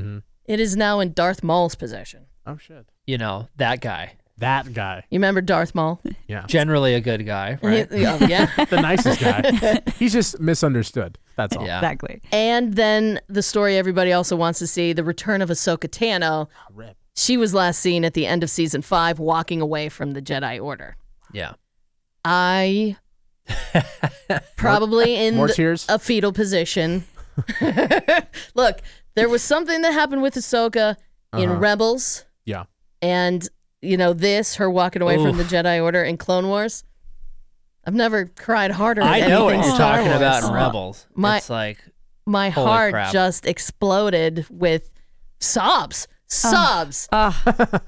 Speaker 4: It is now in Darth Maul's possession.
Speaker 7: Oh, shit.
Speaker 5: You know that guy.
Speaker 7: That guy.
Speaker 4: You remember Darth Maul?
Speaker 7: Yeah.
Speaker 5: Generally a good guy, right?
Speaker 4: Yeah, yeah.
Speaker 7: the nicest guy. He's just misunderstood. That's all.
Speaker 5: Yeah.
Speaker 6: Exactly.
Speaker 4: And then the story everybody also wants to see the return of Ahsoka Tano. She was last seen at the end of season five, walking away from the Jedi Order.
Speaker 5: Yeah.
Speaker 4: I probably in
Speaker 7: more
Speaker 4: the- uh,
Speaker 7: tears?
Speaker 4: a fetal position. [LAUGHS] Look, there was something that happened with Ahsoka in
Speaker 7: Uh-huh.
Speaker 4: Rebels,
Speaker 7: Yeah.
Speaker 4: and you know this her walking away from the
Speaker 5: Oof.
Speaker 4: Jedi Order in Clone Wars. I've never cried harder. at
Speaker 5: I know what
Speaker 4: anything
Speaker 5: you're
Speaker 4: Star
Speaker 5: talking
Speaker 4: Wars.
Speaker 5: about in Rebels.
Speaker 4: My-
Speaker 5: it's like
Speaker 4: my
Speaker 5: Holy
Speaker 4: heart
Speaker 5: crap.
Speaker 4: just exploded with sobs,
Speaker 6: Uh,
Speaker 4: sobs, [LAUGHS]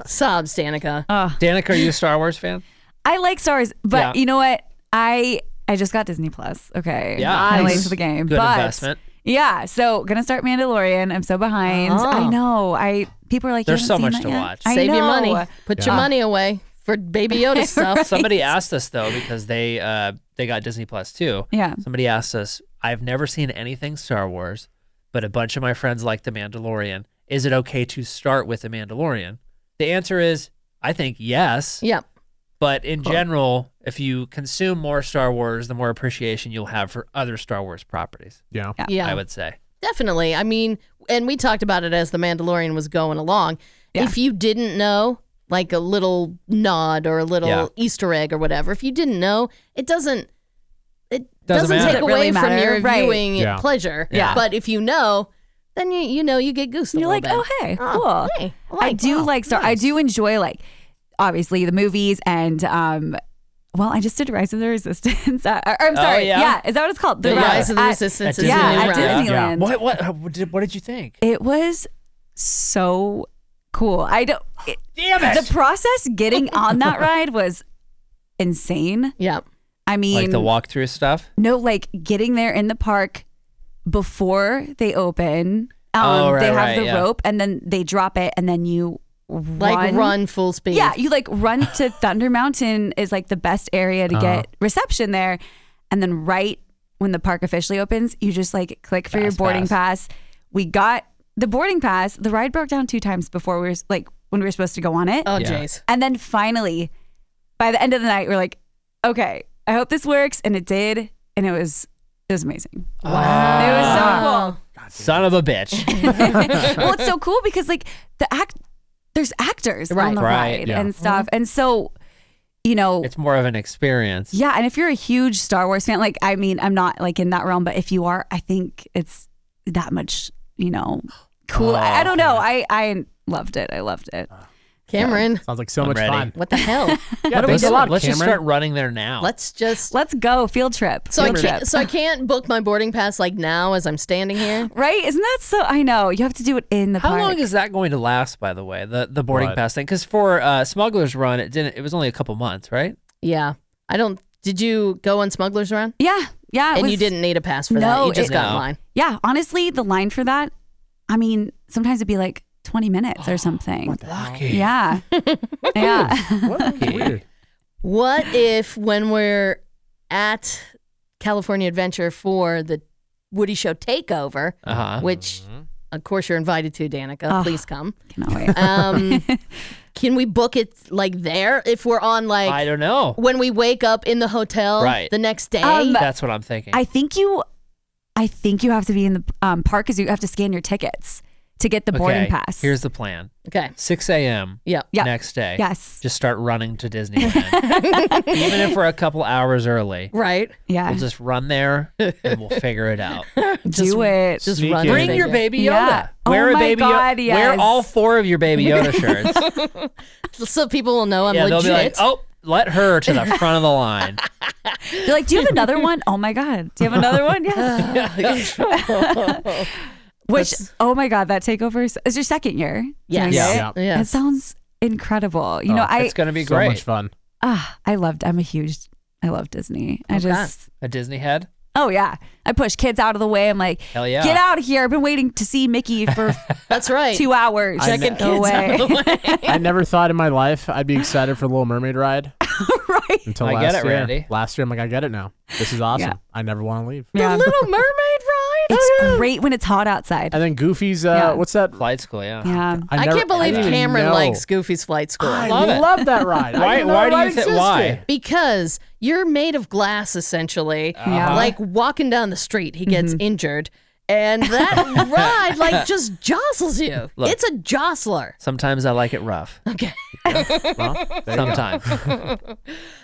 Speaker 4: sobs, Danica.
Speaker 5: Danica, are you a Star
Speaker 4: [LAUGHS]
Speaker 5: Wars fan?
Speaker 6: I like stars, but
Speaker 5: Yeah.
Speaker 6: you know what? I I just got Disney Plus. Okay.
Speaker 5: Yeah.
Speaker 6: Kind of late
Speaker 5: Nice.
Speaker 6: to the game.
Speaker 5: Good
Speaker 6: but
Speaker 5: investment.
Speaker 6: Yeah. So gonna start Mandalorian. I'm so behind.
Speaker 4: Oh.
Speaker 6: I know. I people are like, you
Speaker 5: Ah. There's so
Speaker 6: haven't seen
Speaker 5: much
Speaker 6: that
Speaker 5: to
Speaker 6: yet?
Speaker 5: watch.
Speaker 6: I
Speaker 4: Save your money.
Speaker 6: know.
Speaker 4: Put your
Speaker 5: Yeah.
Speaker 4: money away for Baby
Speaker 6: [LAUGHS]
Speaker 4: Yoda stuff.
Speaker 5: Somebody asked us though because they uh they got Disney Plus too.
Speaker 6: Yeah.
Speaker 5: Somebody asked us, I've never seen anything Star Wars, but a bunch of my friends like The Mandalorian. Is it okay to start with The Mandalorian? The answer is, I think yes.
Speaker 4: Yep.
Speaker 5: But in general, if you consume more Star Wars, the more appreciation you'll have for other Star Wars properties.
Speaker 7: Yeah.
Speaker 4: Yeah.
Speaker 5: I would say.
Speaker 4: Definitely. I mean, and we talked about it as the Mandalorian was going along. If you didn't know, like a little nod or a little
Speaker 5: Yeah.
Speaker 4: Easter egg or whatever, if you didn't know, it doesn't it
Speaker 5: Doesn't
Speaker 4: doesn't,
Speaker 5: matter.
Speaker 4: take
Speaker 5: Doesn't
Speaker 4: away
Speaker 6: really
Speaker 4: from your
Speaker 6: matter, right.
Speaker 4: viewing
Speaker 5: Yeah.
Speaker 4: pleasure.
Speaker 5: Yeah.
Speaker 4: But if you know, then you you know you get goose.
Speaker 6: You're like, oh hey, cool.
Speaker 4: hey, I
Speaker 6: I
Speaker 4: Ah, Oh, like
Speaker 6: do
Speaker 4: that.
Speaker 6: like star. I do enjoy like obviously the movies and um. Well, I just did Rise of the Resistance. [LAUGHS] Uh, or, I'm
Speaker 5: Oh,
Speaker 6: sorry.
Speaker 5: yeah?
Speaker 6: is that what it's called?
Speaker 4: The Rise of the
Speaker 6: at-
Speaker 4: Resistance is
Speaker 6: yeah,
Speaker 4: the new
Speaker 6: at
Speaker 4: Rise.
Speaker 6: Disneyland.
Speaker 5: What what uh, what did, what did you think?
Speaker 6: It was so cool. I don't. It,
Speaker 5: Damn it!
Speaker 6: The process getting on
Speaker 5: [LAUGHS]
Speaker 6: that ride was insane.
Speaker 4: Yeah.
Speaker 6: I mean,
Speaker 5: like the walkthrough stuff?
Speaker 6: no, like getting there in the park before they open. Um,
Speaker 5: Oh, right,
Speaker 6: they have
Speaker 5: right,
Speaker 6: the
Speaker 5: yeah.
Speaker 6: rope and then they drop it and then you run.
Speaker 4: Like run, full speed.
Speaker 6: Yeah, you like run to Thunder Mountain is like the best area to
Speaker 7: Uh-huh.
Speaker 6: get reception there. And then right when the park officially opens, you just like click for your
Speaker 5: Fast
Speaker 6: boarding pass. We got the boarding pass. The ride broke down two times before we were like when we were supposed to go on it.
Speaker 4: Oh
Speaker 5: Yeah.
Speaker 4: jeez.
Speaker 6: And then finally, by the end of the night, we're like, okay, I hope this works. And it did. And it was it was amazing. It was
Speaker 4: Ah.
Speaker 6: so cool.
Speaker 5: Son of a bitch.
Speaker 6: [LAUGHS] well, it's so cool because like the act there's actors
Speaker 4: Right.
Speaker 6: on the
Speaker 5: Right,
Speaker 6: ride
Speaker 5: yeah.
Speaker 6: and stuff. And so, you know,
Speaker 5: it's more of an experience.
Speaker 6: yeah, and if you're a huge Star Wars fan, like I mean, I'm not like in that realm, but if you are, I think it's that much, you know, cool. I, I don't know. I I loved it. I loved it.
Speaker 4: Cameron,
Speaker 7: Sounds like so
Speaker 5: I'm
Speaker 7: much
Speaker 5: ready.
Speaker 7: fun.
Speaker 4: what
Speaker 6: [LAUGHS]
Speaker 4: the hell?
Speaker 7: Yeah,
Speaker 5: let's
Speaker 7: thanks a lot,
Speaker 5: let's just
Speaker 7: Cameron.
Speaker 5: start running there now.
Speaker 4: Let's just
Speaker 6: Let's go field trip.
Speaker 4: so I
Speaker 6: field
Speaker 4: can't
Speaker 6: trip.
Speaker 4: so I can't book my boarding pass like now as I'm standing
Speaker 5: [GASPS]
Speaker 4: here.
Speaker 6: right? Isn't that so? I know you have to do it in the
Speaker 5: How
Speaker 6: park.
Speaker 5: long is that going to last, by the way, the the boarding
Speaker 7: What?
Speaker 5: pass thing? Because for uh, Smuggler's Run, it didn't. It was only a couple months, right?
Speaker 4: Yeah. I don't did you go on smugglers run?
Speaker 6: yeah, yeah. it
Speaker 4: and you
Speaker 6: was-
Speaker 4: didn't need a pass for that.
Speaker 6: No,
Speaker 4: You just
Speaker 6: it-
Speaker 4: got
Speaker 5: No.
Speaker 4: mine.
Speaker 6: Yeah, honestly, the line for that. I mean, sometimes it'd be like 20 minutes or something.
Speaker 5: Lucky.
Speaker 7: [LAUGHS]
Speaker 6: yeah, yeah.
Speaker 7: What?
Speaker 5: [LAUGHS]
Speaker 7: Weird.
Speaker 4: What if when we're at California Adventure for the Woody Show Takeover,
Speaker 5: Uh huh.
Speaker 4: which of course you're invited to, Danica,
Speaker 6: Ah.
Speaker 4: please come.
Speaker 5: [LAUGHS]
Speaker 6: Cannot wait.
Speaker 4: Um, Can we book it like there if we're on like
Speaker 5: I don't know.
Speaker 4: when we wake up in the hotel
Speaker 5: Right. Um,
Speaker 4: the next day?
Speaker 5: That's what I'm thinking.
Speaker 6: I think you, I think you have to be in the um, park because you have to scan your tickets to get the boarding
Speaker 5: Okay,
Speaker 6: pass.
Speaker 5: Here's the plan.
Speaker 4: Okay.
Speaker 5: 6 a.m.
Speaker 4: Yeah.
Speaker 6: Yeah.
Speaker 5: Next day.
Speaker 6: Yes.
Speaker 5: Just start running
Speaker 6: [LAUGHS]
Speaker 5: to Disneyland. Even if we're a couple hours early.
Speaker 4: right.
Speaker 6: Yeah.
Speaker 5: We'll just run there and we'll figure
Speaker 6: [LAUGHS]
Speaker 5: it out.
Speaker 6: do it.
Speaker 5: Just Sneak run in. Bring your baby Yoda.
Speaker 6: Yeah.
Speaker 5: Wear
Speaker 6: oh
Speaker 5: a
Speaker 6: my
Speaker 5: baby Yo-
Speaker 6: God, yes.
Speaker 5: Wear all four of your
Speaker 6: [LAUGHS]
Speaker 5: baby Yoda shirts.
Speaker 4: so people will know I'm
Speaker 5: yeah, they'll
Speaker 4: legit.
Speaker 5: be like, oh, let her to the front of the line.
Speaker 4: [LAUGHS]
Speaker 6: You're like, do you have
Speaker 5: [LAUGHS]
Speaker 6: another one? Oh my God. Do you have another one?
Speaker 4: Oh,
Speaker 6: Yes. Which, oh my God, that takeover is it's your second year. doing
Speaker 7: Yes. Yeah.
Speaker 6: it.
Speaker 7: Yeah. Yeah.
Speaker 6: It sounds incredible.
Speaker 5: Oh,
Speaker 6: You know, I.
Speaker 7: so much fun.
Speaker 6: Ah, I loved, I'm a huge, I love Disney.
Speaker 7: Oh,
Speaker 6: I just,
Speaker 5: a Disney head.
Speaker 6: Oh yeah, I push kids out of the way. I'm like,
Speaker 5: Hell yeah.
Speaker 6: get out of here! I've been waiting to see Mickey
Speaker 5: [LAUGHS]
Speaker 6: for
Speaker 4: that's right
Speaker 6: two hours.
Speaker 7: I Checking
Speaker 6: Go
Speaker 7: kids
Speaker 6: away. [LAUGHS]
Speaker 4: [LAUGHS]
Speaker 7: out I never thought in my life I'd be excited for the Little Mermaid ride.
Speaker 6: right.
Speaker 7: Until
Speaker 5: I
Speaker 7: last
Speaker 5: get it,
Speaker 7: year.
Speaker 5: Randy.
Speaker 7: Last year, I'm like, I get it now. This is awesome. I never want to leave.
Speaker 6: Yeah.
Speaker 4: Little Mermaid ride.
Speaker 6: It's great when it's hot outside.
Speaker 7: And then Goofy's, uh,
Speaker 6: Yeah.
Speaker 7: what's that?
Speaker 5: Flight school, yeah.
Speaker 6: Yeah.
Speaker 4: I,
Speaker 7: never-
Speaker 4: can't believe
Speaker 7: I didn't
Speaker 4: Cameron
Speaker 7: know.
Speaker 4: likes Goofy's flight school.
Speaker 7: I Love it. love that ride. I Why- didn't know why that do you ride think- why? existed.
Speaker 4: Because you're made of glass, essentially.
Speaker 7: Yeah.
Speaker 4: Like walking down the street, he gets injured, and that ride like just jostles you.
Speaker 5: Look.
Speaker 4: it's a jostler.
Speaker 5: Sometimes I like it rough.
Speaker 4: Okay. [LAUGHS]
Speaker 5: there you go.
Speaker 7: Oh,
Speaker 5: Sometime.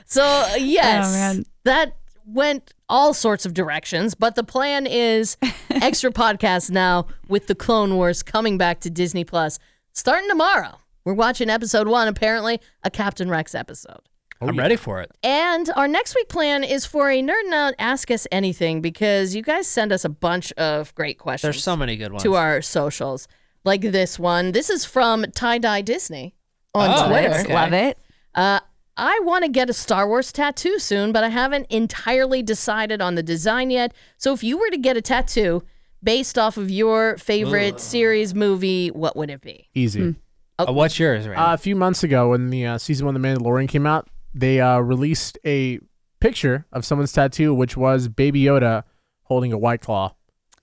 Speaker 4: so yes,
Speaker 5: Oh, man.
Speaker 4: that went all sorts of directions, but the plan
Speaker 5: [LAUGHS]
Speaker 4: is extra podcasts now with the Clone Wars coming back to Disney Plus starting tomorrow. We're watching episode one, apparently a Captain Rex episode.
Speaker 5: I'm ready for it.
Speaker 4: And our next week plan is for a nerd out ask us anything because you guys send us a bunch of great questions.
Speaker 5: There's so many good ones.
Speaker 4: to our socials, like this one. This is from Tie Dye Disney on
Speaker 5: Oh,
Speaker 4: Twitter.
Speaker 5: okay. Love
Speaker 6: it.
Speaker 4: Uh, I want to get a Star Wars tattoo soon, but I haven't entirely decided on the design yet. So if you were to get a tattoo based off of your favorite series, movie, what would it be?
Speaker 7: Easy.
Speaker 4: Oh.
Speaker 5: Uh, what's yours, Randy?
Speaker 7: Uh, a few months ago, when the uh, season one of The Mandalorian came out, they uh, released a picture of someone's tattoo, which was Baby Yoda holding a white claw.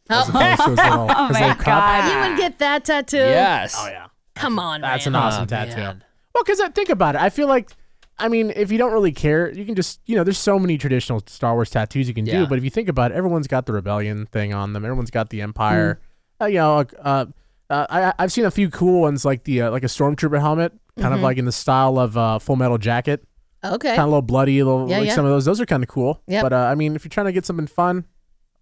Speaker 4: Oh,
Speaker 7: opposed
Speaker 6: [LAUGHS]
Speaker 7: to his little- Oh his my little cup. God.
Speaker 4: [LAUGHS] You would get that tattoo?
Speaker 7: Yes. Oh, yeah.
Speaker 4: Come on,
Speaker 7: That's
Speaker 4: man.
Speaker 7: an
Speaker 5: Oh,
Speaker 7: awesome tattoo. Well, because think about it, I feel like, I mean, if you don't really care, you can just, you know, there's so many traditional Star Wars tattoos you can
Speaker 5: Yeah.
Speaker 7: do. But if you think about it, everyone's got the rebellion thing on them. Everyone's got the Empire.
Speaker 4: Mm.
Speaker 7: Uh, you know, like, uh, uh, I, I've seen a few cool ones like the uh, like a stormtrooper helmet, kind of
Speaker 4: Mhm.
Speaker 7: like in the style of uh, Full Metal Jacket.
Speaker 4: Okay.
Speaker 7: Kind of a little bloody, a little
Speaker 4: Eh. Yeah,
Speaker 7: like
Speaker 4: yeah.
Speaker 7: some of those. Those are kind of cool.
Speaker 4: Yep.
Speaker 7: But uh, I mean, if you're trying to get something fun,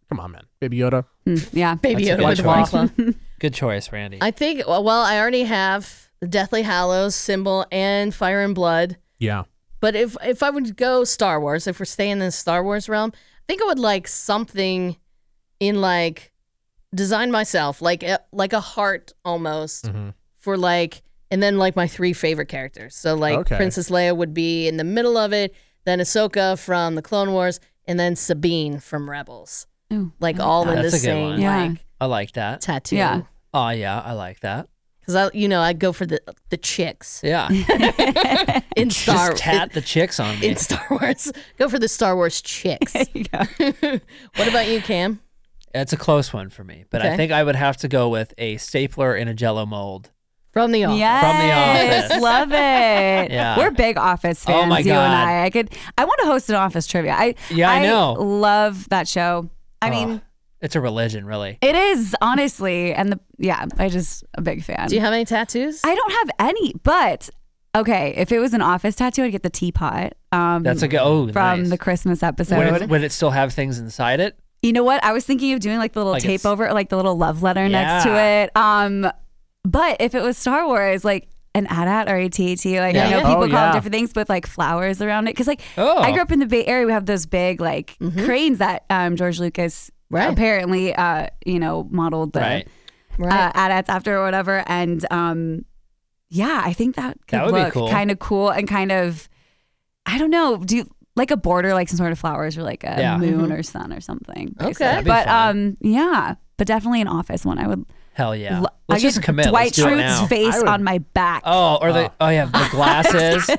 Speaker 7: come on, man, Baby Yoda.
Speaker 6: yeah.
Speaker 4: Baby
Speaker 7: That's a
Speaker 4: Yoda with
Speaker 7: good
Speaker 4: a white
Speaker 7: choice.
Speaker 4: claw.
Speaker 5: Good choice, Randy.
Speaker 4: I think. Well, well, I already have the Deathly Hallows symbol and Fire and Blood.
Speaker 7: Yeah.
Speaker 4: But if if I would go Star Wars, if we're staying in the Star Wars realm, I think I would like something in like design myself, like a, like a heart almost
Speaker 5: Mm-hmm.
Speaker 4: for like, and then like my three favorite characters. So like
Speaker 9: Okay.
Speaker 4: Princess Leia would be in the middle of it, then Ahsoka from the Clone Wars, and then Sabine from Rebels.
Speaker 6: Mm.
Speaker 4: like all
Speaker 6: [LAUGHS]
Speaker 4: in the
Speaker 5: That's a good
Speaker 4: same
Speaker 5: one.
Speaker 4: like
Speaker 5: I like that.
Speaker 4: Tattoo. Yeah.
Speaker 5: Oh, yeah. I like that.
Speaker 4: Because I, you know, I'd go for the the chicks. [LAUGHS]
Speaker 5: Yeah.
Speaker 4: in Star
Speaker 5: [LAUGHS] Just tat the chicks on
Speaker 4: [LAUGHS]
Speaker 5: me.
Speaker 4: in Star Wars, go for the Star Wars chicks.
Speaker 6: [LAUGHS]
Speaker 4: [LAUGHS] what about you, Cam?
Speaker 5: It's a close one for me, but I
Speaker 4: Okay.
Speaker 5: think I would have to go with a stapler in a jello mold.
Speaker 4: From the office.
Speaker 5: Yes, Office.
Speaker 6: love it.
Speaker 5: Yeah.
Speaker 6: We're big office
Speaker 5: Oh
Speaker 6: fans.
Speaker 5: my
Speaker 6: You and
Speaker 5: God.
Speaker 6: I. I could. I want to host an office trivia. I
Speaker 5: Yeah, I know.
Speaker 6: Love that show. I
Speaker 5: Oh,
Speaker 6: mean,
Speaker 5: it's a religion, really.
Speaker 6: it is honestly, and the yeah, I just a big fan.
Speaker 4: Do you have any tattoos?
Speaker 6: I don't have any, but okay. If it was an office tattoo, I'd get the teapot. Um,
Speaker 5: That's a go. Oh,
Speaker 6: from
Speaker 5: nice.
Speaker 6: the Christmas episode.
Speaker 5: Would it, would it still have things inside it?
Speaker 6: You know what? I was thinking of doing like the little
Speaker 5: Like
Speaker 6: tape
Speaker 5: it's-
Speaker 6: over, like the little love letter next to
Speaker 5: Yeah.
Speaker 6: it. Um, but if it was Star Wars, like an AT-AT or ATAT, like
Speaker 5: Yeah.
Speaker 6: I know
Speaker 5: Yeah.
Speaker 6: people
Speaker 5: Oh,
Speaker 6: call
Speaker 5: yeah.
Speaker 6: them different things, but like flowers around it, because like
Speaker 5: Oh. Mm-hmm.
Speaker 6: I grew up in the Bay Area, we have those big like cranes that um, George Lucas
Speaker 4: Right.
Speaker 6: apparently, uh, you know, modeled the
Speaker 5: Right.
Speaker 6: uh, AT-ATs after or whatever, and um, yeah, I think that could
Speaker 5: That would be
Speaker 6: look
Speaker 5: cool.
Speaker 6: kind of cool and kind of, I don't know, do like a border, like some sort of flowers or like a
Speaker 5: Yeah.
Speaker 6: moon
Speaker 5: Mhm.
Speaker 6: or sun or something.
Speaker 5: Okay.
Speaker 6: basically.
Speaker 5: That'd be
Speaker 6: but
Speaker 5: fun.
Speaker 6: um, yeah, but definitely an office one. I would.
Speaker 5: Hell yeah.
Speaker 6: lo-
Speaker 5: Let's
Speaker 6: I
Speaker 5: just
Speaker 6: get
Speaker 5: commit.
Speaker 6: Dwight
Speaker 5: Let's do it now.
Speaker 6: Schrute's face on my back.
Speaker 5: Oh, or the oh yeah, the
Speaker 6: [LAUGHS]
Speaker 5: glasses,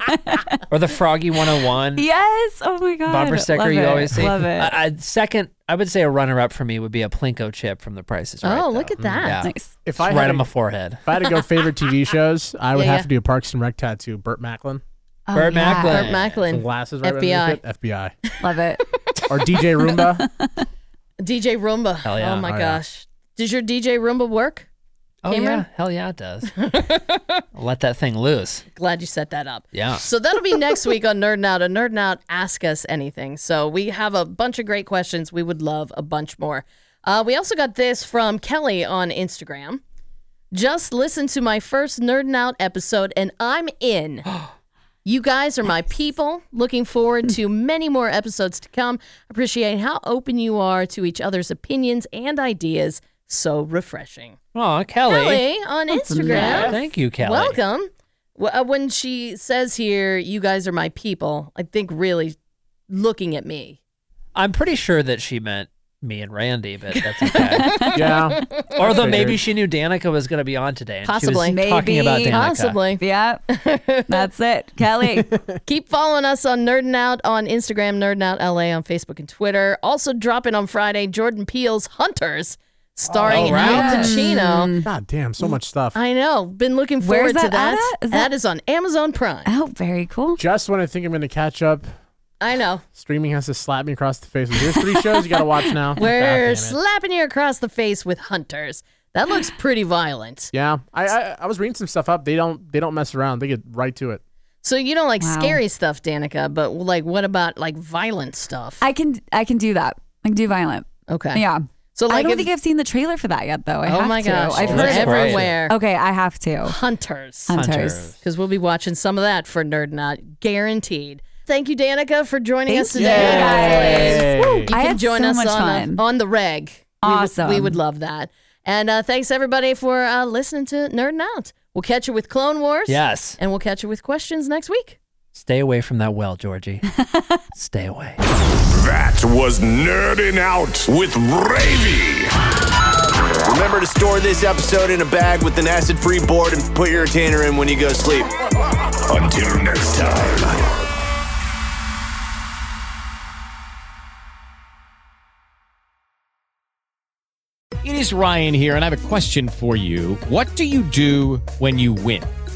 Speaker 5: or the Froggy 101
Speaker 6: Yes. Oh my god.
Speaker 5: bumper sticker
Speaker 6: Love
Speaker 5: you
Speaker 6: it.
Speaker 5: always see. [LAUGHS]
Speaker 6: Love it.
Speaker 5: I, I- second, I would say a runner-up for me would be a Plinko chip from The Price is Right.
Speaker 4: Oh, look
Speaker 5: though.
Speaker 4: at that. Nice.
Speaker 5: If
Speaker 4: If
Speaker 5: I
Speaker 4: I
Speaker 5: right
Speaker 4: had
Speaker 5: on
Speaker 4: a-
Speaker 5: my forehead.
Speaker 7: If I had to go favorite TV shows, I
Speaker 4: [LAUGHS]
Speaker 7: would
Speaker 4: Yeah,
Speaker 7: have
Speaker 4: yeah.
Speaker 7: to do Parks and Rec tattoo. Burt Macklin.
Speaker 4: Oh, Burt yeah.
Speaker 6: uh,
Speaker 4: Macklin. Burt Macklin.
Speaker 7: Some glasses right
Speaker 4: FBI.
Speaker 7: underneath it.
Speaker 6: [LAUGHS]
Speaker 7: FBI.
Speaker 6: Love
Speaker 5: [LAUGHS]
Speaker 6: it.
Speaker 7: Or DJ Roomba.
Speaker 4: DJ Roomba.
Speaker 7: Hell yeah.
Speaker 4: Oh my
Speaker 7: Oh, yeah.
Speaker 4: gosh. Does your DJ Roomba work?
Speaker 5: Oh
Speaker 4: Cameron?
Speaker 5: yeah, hell yeah,
Speaker 6: [LAUGHS]
Speaker 5: it does. Let that thing loose.
Speaker 4: Glad you set that up.
Speaker 5: Yeah.
Speaker 4: So that'll be next week on Nerdin' Out. And Nerdin' Out, ask us anything. So we have a bunch of great questions. We would love a bunch more. Uh, we also got this from Kelly on Instagram. Just listen to my first Nerdin' Out episode, and I'm
Speaker 5: [GASPS]
Speaker 4: in. You guys are my people. Looking forward
Speaker 5: [LAUGHS]
Speaker 4: to many more episodes to come. Appreciate how open you are to each other's opinions and ideas. So refreshing.
Speaker 5: Oh, Kelly.
Speaker 4: Kelly on
Speaker 5: That's
Speaker 4: Instagram.
Speaker 5: nice. Thank you, Kelly.
Speaker 4: Welcome. Well, uh, When she says here, you guys are my people, I think really looking at me.
Speaker 5: I'm pretty sure that she meant me and Randy, but
Speaker 6: [LAUGHS]
Speaker 5: that's okay.
Speaker 7: yeah.
Speaker 5: [LAUGHS] Or though
Speaker 7: Figured.
Speaker 5: maybe she knew Danica was going to be on today. And
Speaker 4: Possibly.
Speaker 5: She was Talking about Danica.
Speaker 4: Possibly.
Speaker 6: Yeah. That's it. Kelly.
Speaker 4: Keep following us on Nerdin' Out on Instagram, Nerdin' Out LA on Facebook and Twitter. Also dropping on Friday, Jordan Peele's Hunters, starring
Speaker 7: Oh, right.
Speaker 4: Al Pacino.
Speaker 6: Um,
Speaker 7: God damn, so much stuff.
Speaker 4: I know. Been looking
Speaker 6: Mm. Where's
Speaker 4: forward to
Speaker 6: that at
Speaker 4: that.
Speaker 6: at? Is
Speaker 4: that
Speaker 6: that-
Speaker 4: is on Amazon Prime.
Speaker 6: Oh, very cool.
Speaker 7: Just when I think I'm going to catch up,
Speaker 4: I know.
Speaker 7: streaming has to slap me across the face. with, Here's three shows you got to watch now.
Speaker 4: We're
Speaker 7: Ah, damn it.
Speaker 4: slapping you across the face with hunters. That looks pretty violent.
Speaker 7: Yeah, I, I I was reading some stuff up. They don't they don't mess around. They get right to it.
Speaker 4: So you don't like
Speaker 6: Wow.
Speaker 4: scary stuff, Danica, but like what about like violent stuff?
Speaker 6: I can I can do that. I can do violent.
Speaker 4: Okay.
Speaker 6: Yeah.
Speaker 4: So,
Speaker 6: I
Speaker 4: like,
Speaker 6: don't
Speaker 4: if-
Speaker 6: think I've seen the trailer for that yet though. I
Speaker 4: oh
Speaker 6: have
Speaker 4: my
Speaker 6: to.
Speaker 4: gosh,
Speaker 6: I've
Speaker 4: it's
Speaker 6: heard it.
Speaker 4: everywhere.
Speaker 6: Okay, I have to.
Speaker 4: Hunters.
Speaker 6: Hunters. Hunters.
Speaker 4: Because we'll be watching some of that for Nerd Not guaranteed. Thank you, Danica, for joining us today.
Speaker 6: guys. Yay.
Speaker 4: Hopefully You
Speaker 6: I
Speaker 4: can
Speaker 6: had
Speaker 4: join
Speaker 6: so
Speaker 4: us
Speaker 6: much
Speaker 4: on, uh,
Speaker 6: fun.
Speaker 4: on the reg. We would-
Speaker 6: Awesome.
Speaker 4: We would, love that. And uh, thanks everybody for uh, listening to Nerd Out. We'll catch you with Clone Wars.
Speaker 5: Yes.
Speaker 4: And we'll catch you with questions next week.
Speaker 5: Stay away from that
Speaker 4: [LAUGHS]
Speaker 5: well, Georgie. Stay away.
Speaker 2: That was Nerdin' Out with Ravy.
Speaker 3: Remember to store this episode in a bag with an acid free board and put your retainer in when you go to sleep.
Speaker 2: Until next time.
Speaker 8: It is Ryan here, and I have a question for you. What do you do when you win?